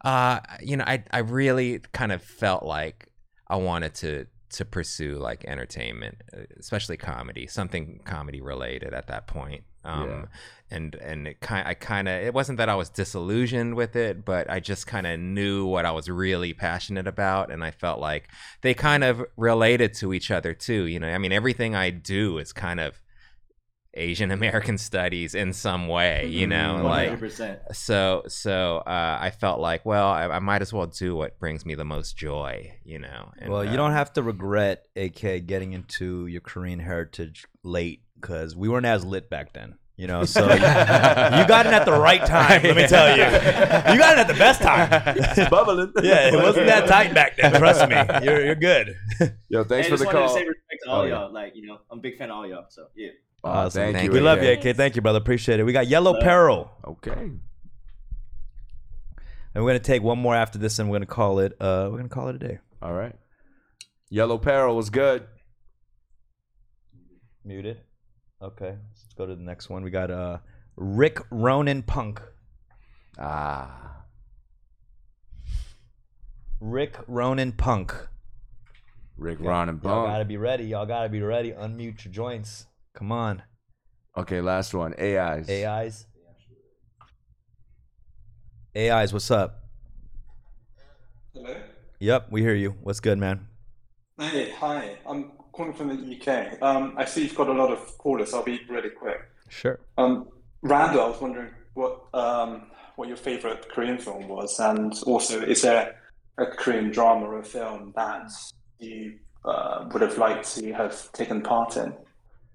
uh, you know, I I really kind of felt like I wanted to to pursue like entertainment, uh, especially comedy, something comedy related at that point. Um,
Yeah.
and and it kind I kind of it wasn't that I was disillusioned with it, but I just kind of knew what I was really passionate about, and I felt like they kind of related to each other too. You know, I mean, everything I do is kind of Asian American studies in some way. You
Mm-hmm.
know,
One
like
hundred percent.
so so uh, I felt like well, I, I might as well do what brings me the most joy. You know, And,
well, you
uh,
don't have to regret, AK, getting into your Korean heritage late because we weren't as lit back then. You know, so you got in at the right time. Let me tell you, you got in at the best time.
Bubbling.
yeah, it wasn't that tight back then. Trust me, you're you're good.
Yo, thanks
I
for
just
the
wanted to
call.
say respect to all
Oh, yeah.
y'all. Like you know, I'm a big fan of all y'all. So yeah.
Oh,
Awesome.
Thank,
Thank
you.
you.
We love you,
AK.
AK. Thank you, brother. Appreciate it. We got Yellow Peril,
Okay.
and we're gonna take one more after this, and we're gonna call it. Uh, we're gonna call it a day.
All right. Yellow Peril was good.
Muted. Okay, let's go to the next one. We got uh, Rick Ronan Punk.
Ah.
Rick Ronan Punk.
Rick, Ron, and
Y'all gotta
Bone.
be ready. Y'all gotta be ready. Unmute your joints. Come on,
Okay, last one. AIs.
AIs. AIs, what's up?
Hello.
Yep, we hear you. What's good, man?
Hey, hi. I'm calling from the UK. Um, I see you've got a lot of callers. I'll be really quick.
Sure.
Um, Randall, I was wondering what um, what your favorite Korean film was, and also is there a Korean drama or film that you uh, would have liked to have taken part in?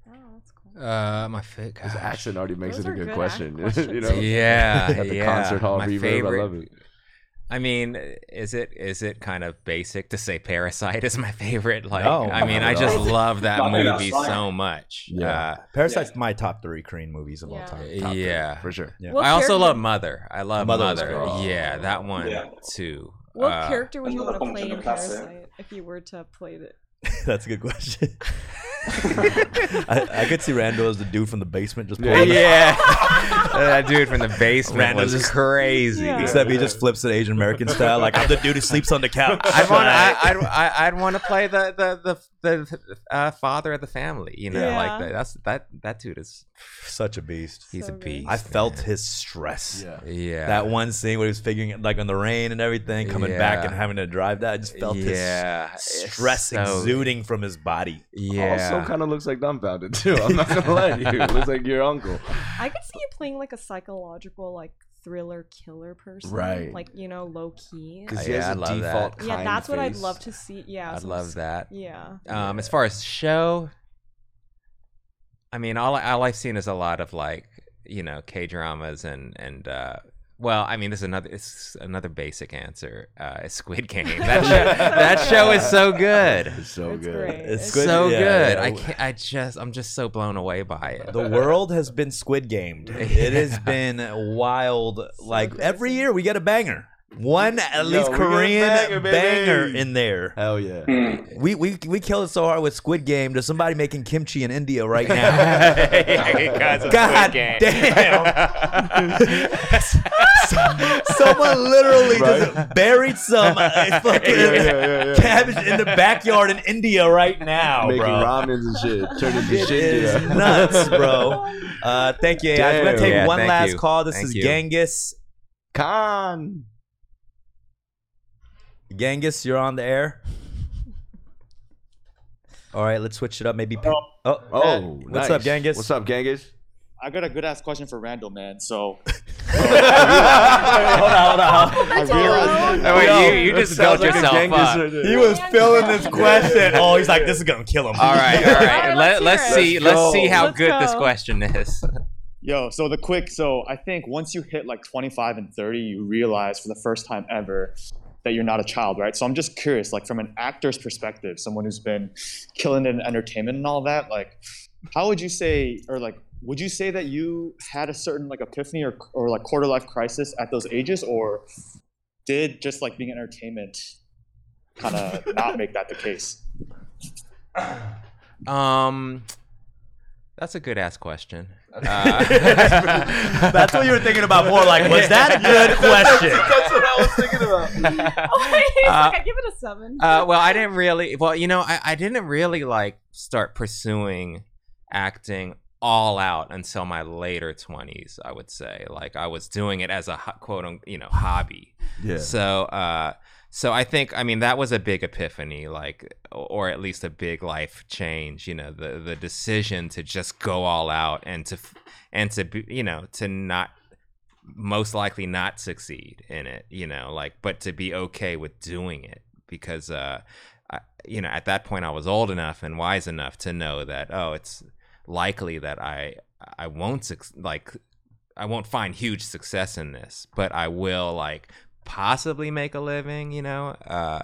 Oh, that's cool.
uh, my fit.
His accent already makes
Those
it a
are
good
good
question.
questions.
you know?
Yeah,
At the
yeah.
concert hall
My
reverb.
favorite-
I love it.
I mean, is it is it kind of basic to say Parasite is my favorite? Like,
No,
I mean,
not
I
at
just
all.
love that
Not at all.
movie so much.
Yeah.
Parasite's my top three Korean movies of all
Yeah.
Uh,
time. Top three.
yeah.
For sure.
Yeah.
What
I also
character-
love Mother. I love
Mother
Mother.
was
great.
Yeah, that one
Yeah.
too.
What
Uh,
character would you
Another
want to
bunch
play
of
in
classic.
Parasite if you were to play it?
That's a good question. I, I could see Randall as the dude from the basement just pulling. Yeah.
Yeah, that dude from the basement
Randall
was
just-
crazy.
Yeah.
Except he just flips it Asian American style, like I'm the dude who sleeps on the couch.
I'd want, I, I'd, I- I'd want to play the the the, the uh, father of the family. You know,
Yeah.
like that. That's that that dude is
Such a beast.
he's a
So good.
beast.
I felt
man.
his stress.
Yeah.
Yeah,
That one scene where he was figuring it like on the rain and everything, coming back
Yeah.
and having to drive that. I just felt
yeah,
his
it's
stress
so-
exuding from his body.
Yeah,
Also kind of looks like dumbfounded too. I'm not gonna lie to you. It looks like your uncle.
I could see you playing like a psychological, like thriller killer person,
Right.
Like you know, low key.
Because
Uh,
he
yeah,
has
I
a
love that.
default
Yeah,
kind
that's what I'd
face.
love to see. Yeah,
I
some
love
s-
that.
Yeah.
Um, as far as show, I mean, all all I've seen is a lot of like you know K dramas and and uh, well, I mean, this is another it's another basic answer. Uh, it's Squid Game. That show, that show is so good.
It's so It's good. great.
It's,
It's good.
so
Yeah,
good.
yeah.
I can't, I just I'm just so blown away by it.
The world has been Squid Gamed. It has been wild. like every year, we get a banger. One at
Yo,
least
we get a
Korean
banger,
banger,
baby.
in there.
Hell yeah.
We, we we killed it so hard with Squid Game. There's somebody making kimchi in India right now.
Because of
God
Squid Game.
damn! Someone literally just buried some uh, fucking
Yeah, yeah, yeah.
cabbage in the backyard in India right now,
Making
bro.
ramens and shit. Turning into
It
shit.
is
yeah.
nuts, bro. Uh, thank you. AI. We're gonna
Damn.
take
Yeah,
one
thank
last
you.
call. This
Thank
is
you.
Genghis.
Khan.
Genghis, you're on the air. All right, let's switch it up. Maybe. Oh, oh,
Oh,
what's up,
nice.
Genghis?
What's up, Genghis?
I got a good ass question for Randall, man. So.
hold on, hold on.
I realized.
Oh, wait, you, you just built yourself up.
He was filling this question. Oh, he's like, this is gonna kill him.
All right, all right. Let, let's
hear it.
see.
Let's
Let's see
go.
how
Let's
good this
go.
question is.
Yo, so the quick, so I think once you hit like 25 and 30, you realize for the first time ever that you're not a child, right? So I'm just curious, like from an actor's perspective, someone who's been killing it in entertainment and all that, like how would you say, or like, would you say that you had a certain like epiphany or, or like quarter life crisis at those ages, or did just like being in entertainment kind of not make that the case?
Um, that's a good ass question. Uh,
That's what you were thinking about more like, was that a good question? That's
what I was thinking about.
Oh, He's
Uh,
like, I give it a seven.
uh, well, I didn't really. Well, you know, I, I didn't really like start pursuing acting all out until my later twenties. I would say, like, I was doing it as a ho- quote, un, you know, hobby.
Yeah.
So, uh, so I think, I mean, that was a big epiphany, like, or at least a big life change. You know, the the decision to just go all out and to, f- and to, be, you know, to not most likely not succeed in it, you know, like, but to be okay with doing it because, uh, I, you know, at that point I was old enough and wise enough to know that, oh, it's likely that I, I won't, suc like, I won't find huge success in this, but I will, like, possibly make a living, you know, uh,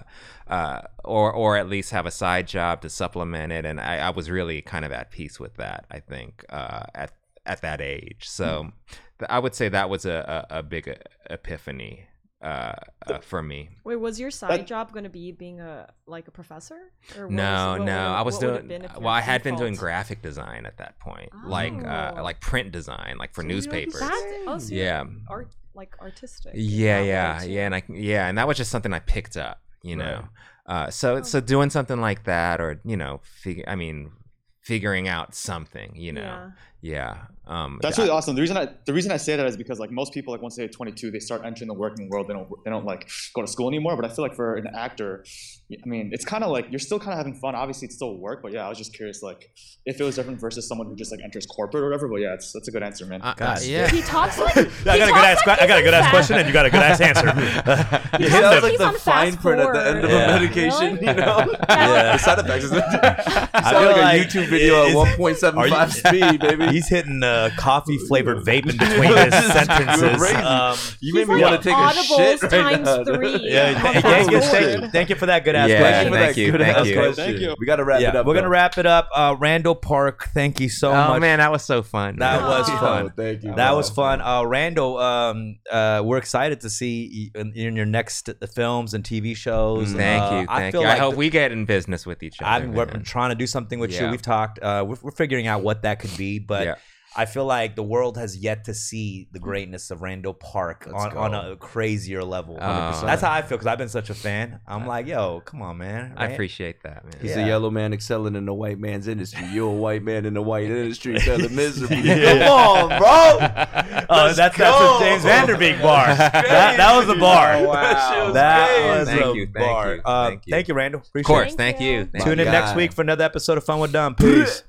uh, or, or at least have a side job to supplement it. And I, I was really kind of at peace with that, I think, uh, at, at that age. So,
Hmm.
th- I would say that was a, a, a big e- epiphany uh, uh, for me.
Wait, was your side job going to be being a like a professor? Or what
no,
was- what
no,
would-
I was
what would have
doing uh,
been if
well. I
your
had been doing
default- Oh.
graphic design at that point, like uh, like print design, like for newspapers.
That's- oh, so you're
yeah,
art like artistic.
yeah, yeah, yeah, and I yeah, and that was just something I picked up, you know. Uh, so so doing something like that, or you know, fig- I mean, figuring out something, you know, yeah. Um,
That's
I-
really awesome. The reason I the reason I say that is because like most people like once they're 22, they start entering the working world. They don't they don't like go to school anymore. But I feel like for an actor, I mean, it's kind of like you're still kind of having fun. Obviously, it's still work, but yeah, I was just curious like if it was different versus someone who just like enters corporate or whatever. But yeah, it's, that's a good answer, man.
uh, God, yeah.
He talks like he
I got a good ass.
talks like
I got a
he's
good
in
ass question,
fast-
and you got a good ass answer.
He
Hit
talks
them.
like he's on fast forward.
Yeah.
medication,
Really?
you know?
Yeah.
The side effects is
I
I
feel
like,
like
a YouTube video at
it's-
1.75 speed, baby.
He's hitting uh, coffee flavored vape in between his sentences.
Crazy.
Um,
you
He's
made me
like
want to take a
Audibles
shit right
times
now.
three.
yeah,
on
th-
fast
Genghis,
forward.
thank you, thank you for that good ass
Yeah,
question.
thank you,
good
thank
ass
you.
question.
Thank you.
We got to wrap it
Yeah,
up.
we're gonna
though.
wrap it up. Uh, Randall Park, thank you so
oh
much.
man, that was so fun.
That
man.
was
Oh,
fun.
thank you,
That
bro.
was fun. Uh, Randall, um, uh, we're excited to see you in, in your next films and TV shows.
Mm, Thank
Uh,
you, thank
I feel
you.
like
I hope we get in business with each other.
I'm, we're
man.
trying to do something with you.
Yeah.
We've talked. Uh, we're, we're figuring out what that could be, but
Yeah.
I feel like the world has yet to see the greatness of Randall Park
Let's
on,
go.
on a crazier level.
100%.
That's how I feel because I've been such a fan. I'm like, yo, come on, man.
I
Ran-
appreciate that, man.
He's
Yeah.
a yellow man excelling in the white man's industry. You're a white man in the white industry, excelling miserably.
Yeah.
Come on, bro.
Oh, that's, that's
go.
a James Vanderbeek bar. that, that was a bar.
Oh, wow.
That was
Thank
a
you, thank
bar.
you,
Uh,
thank you.
Randall.
Of
Appreciate
course,
it.
thank you. Thank
Tune in
My
next
God.
week for another episode of Fun with Dumb. Peace.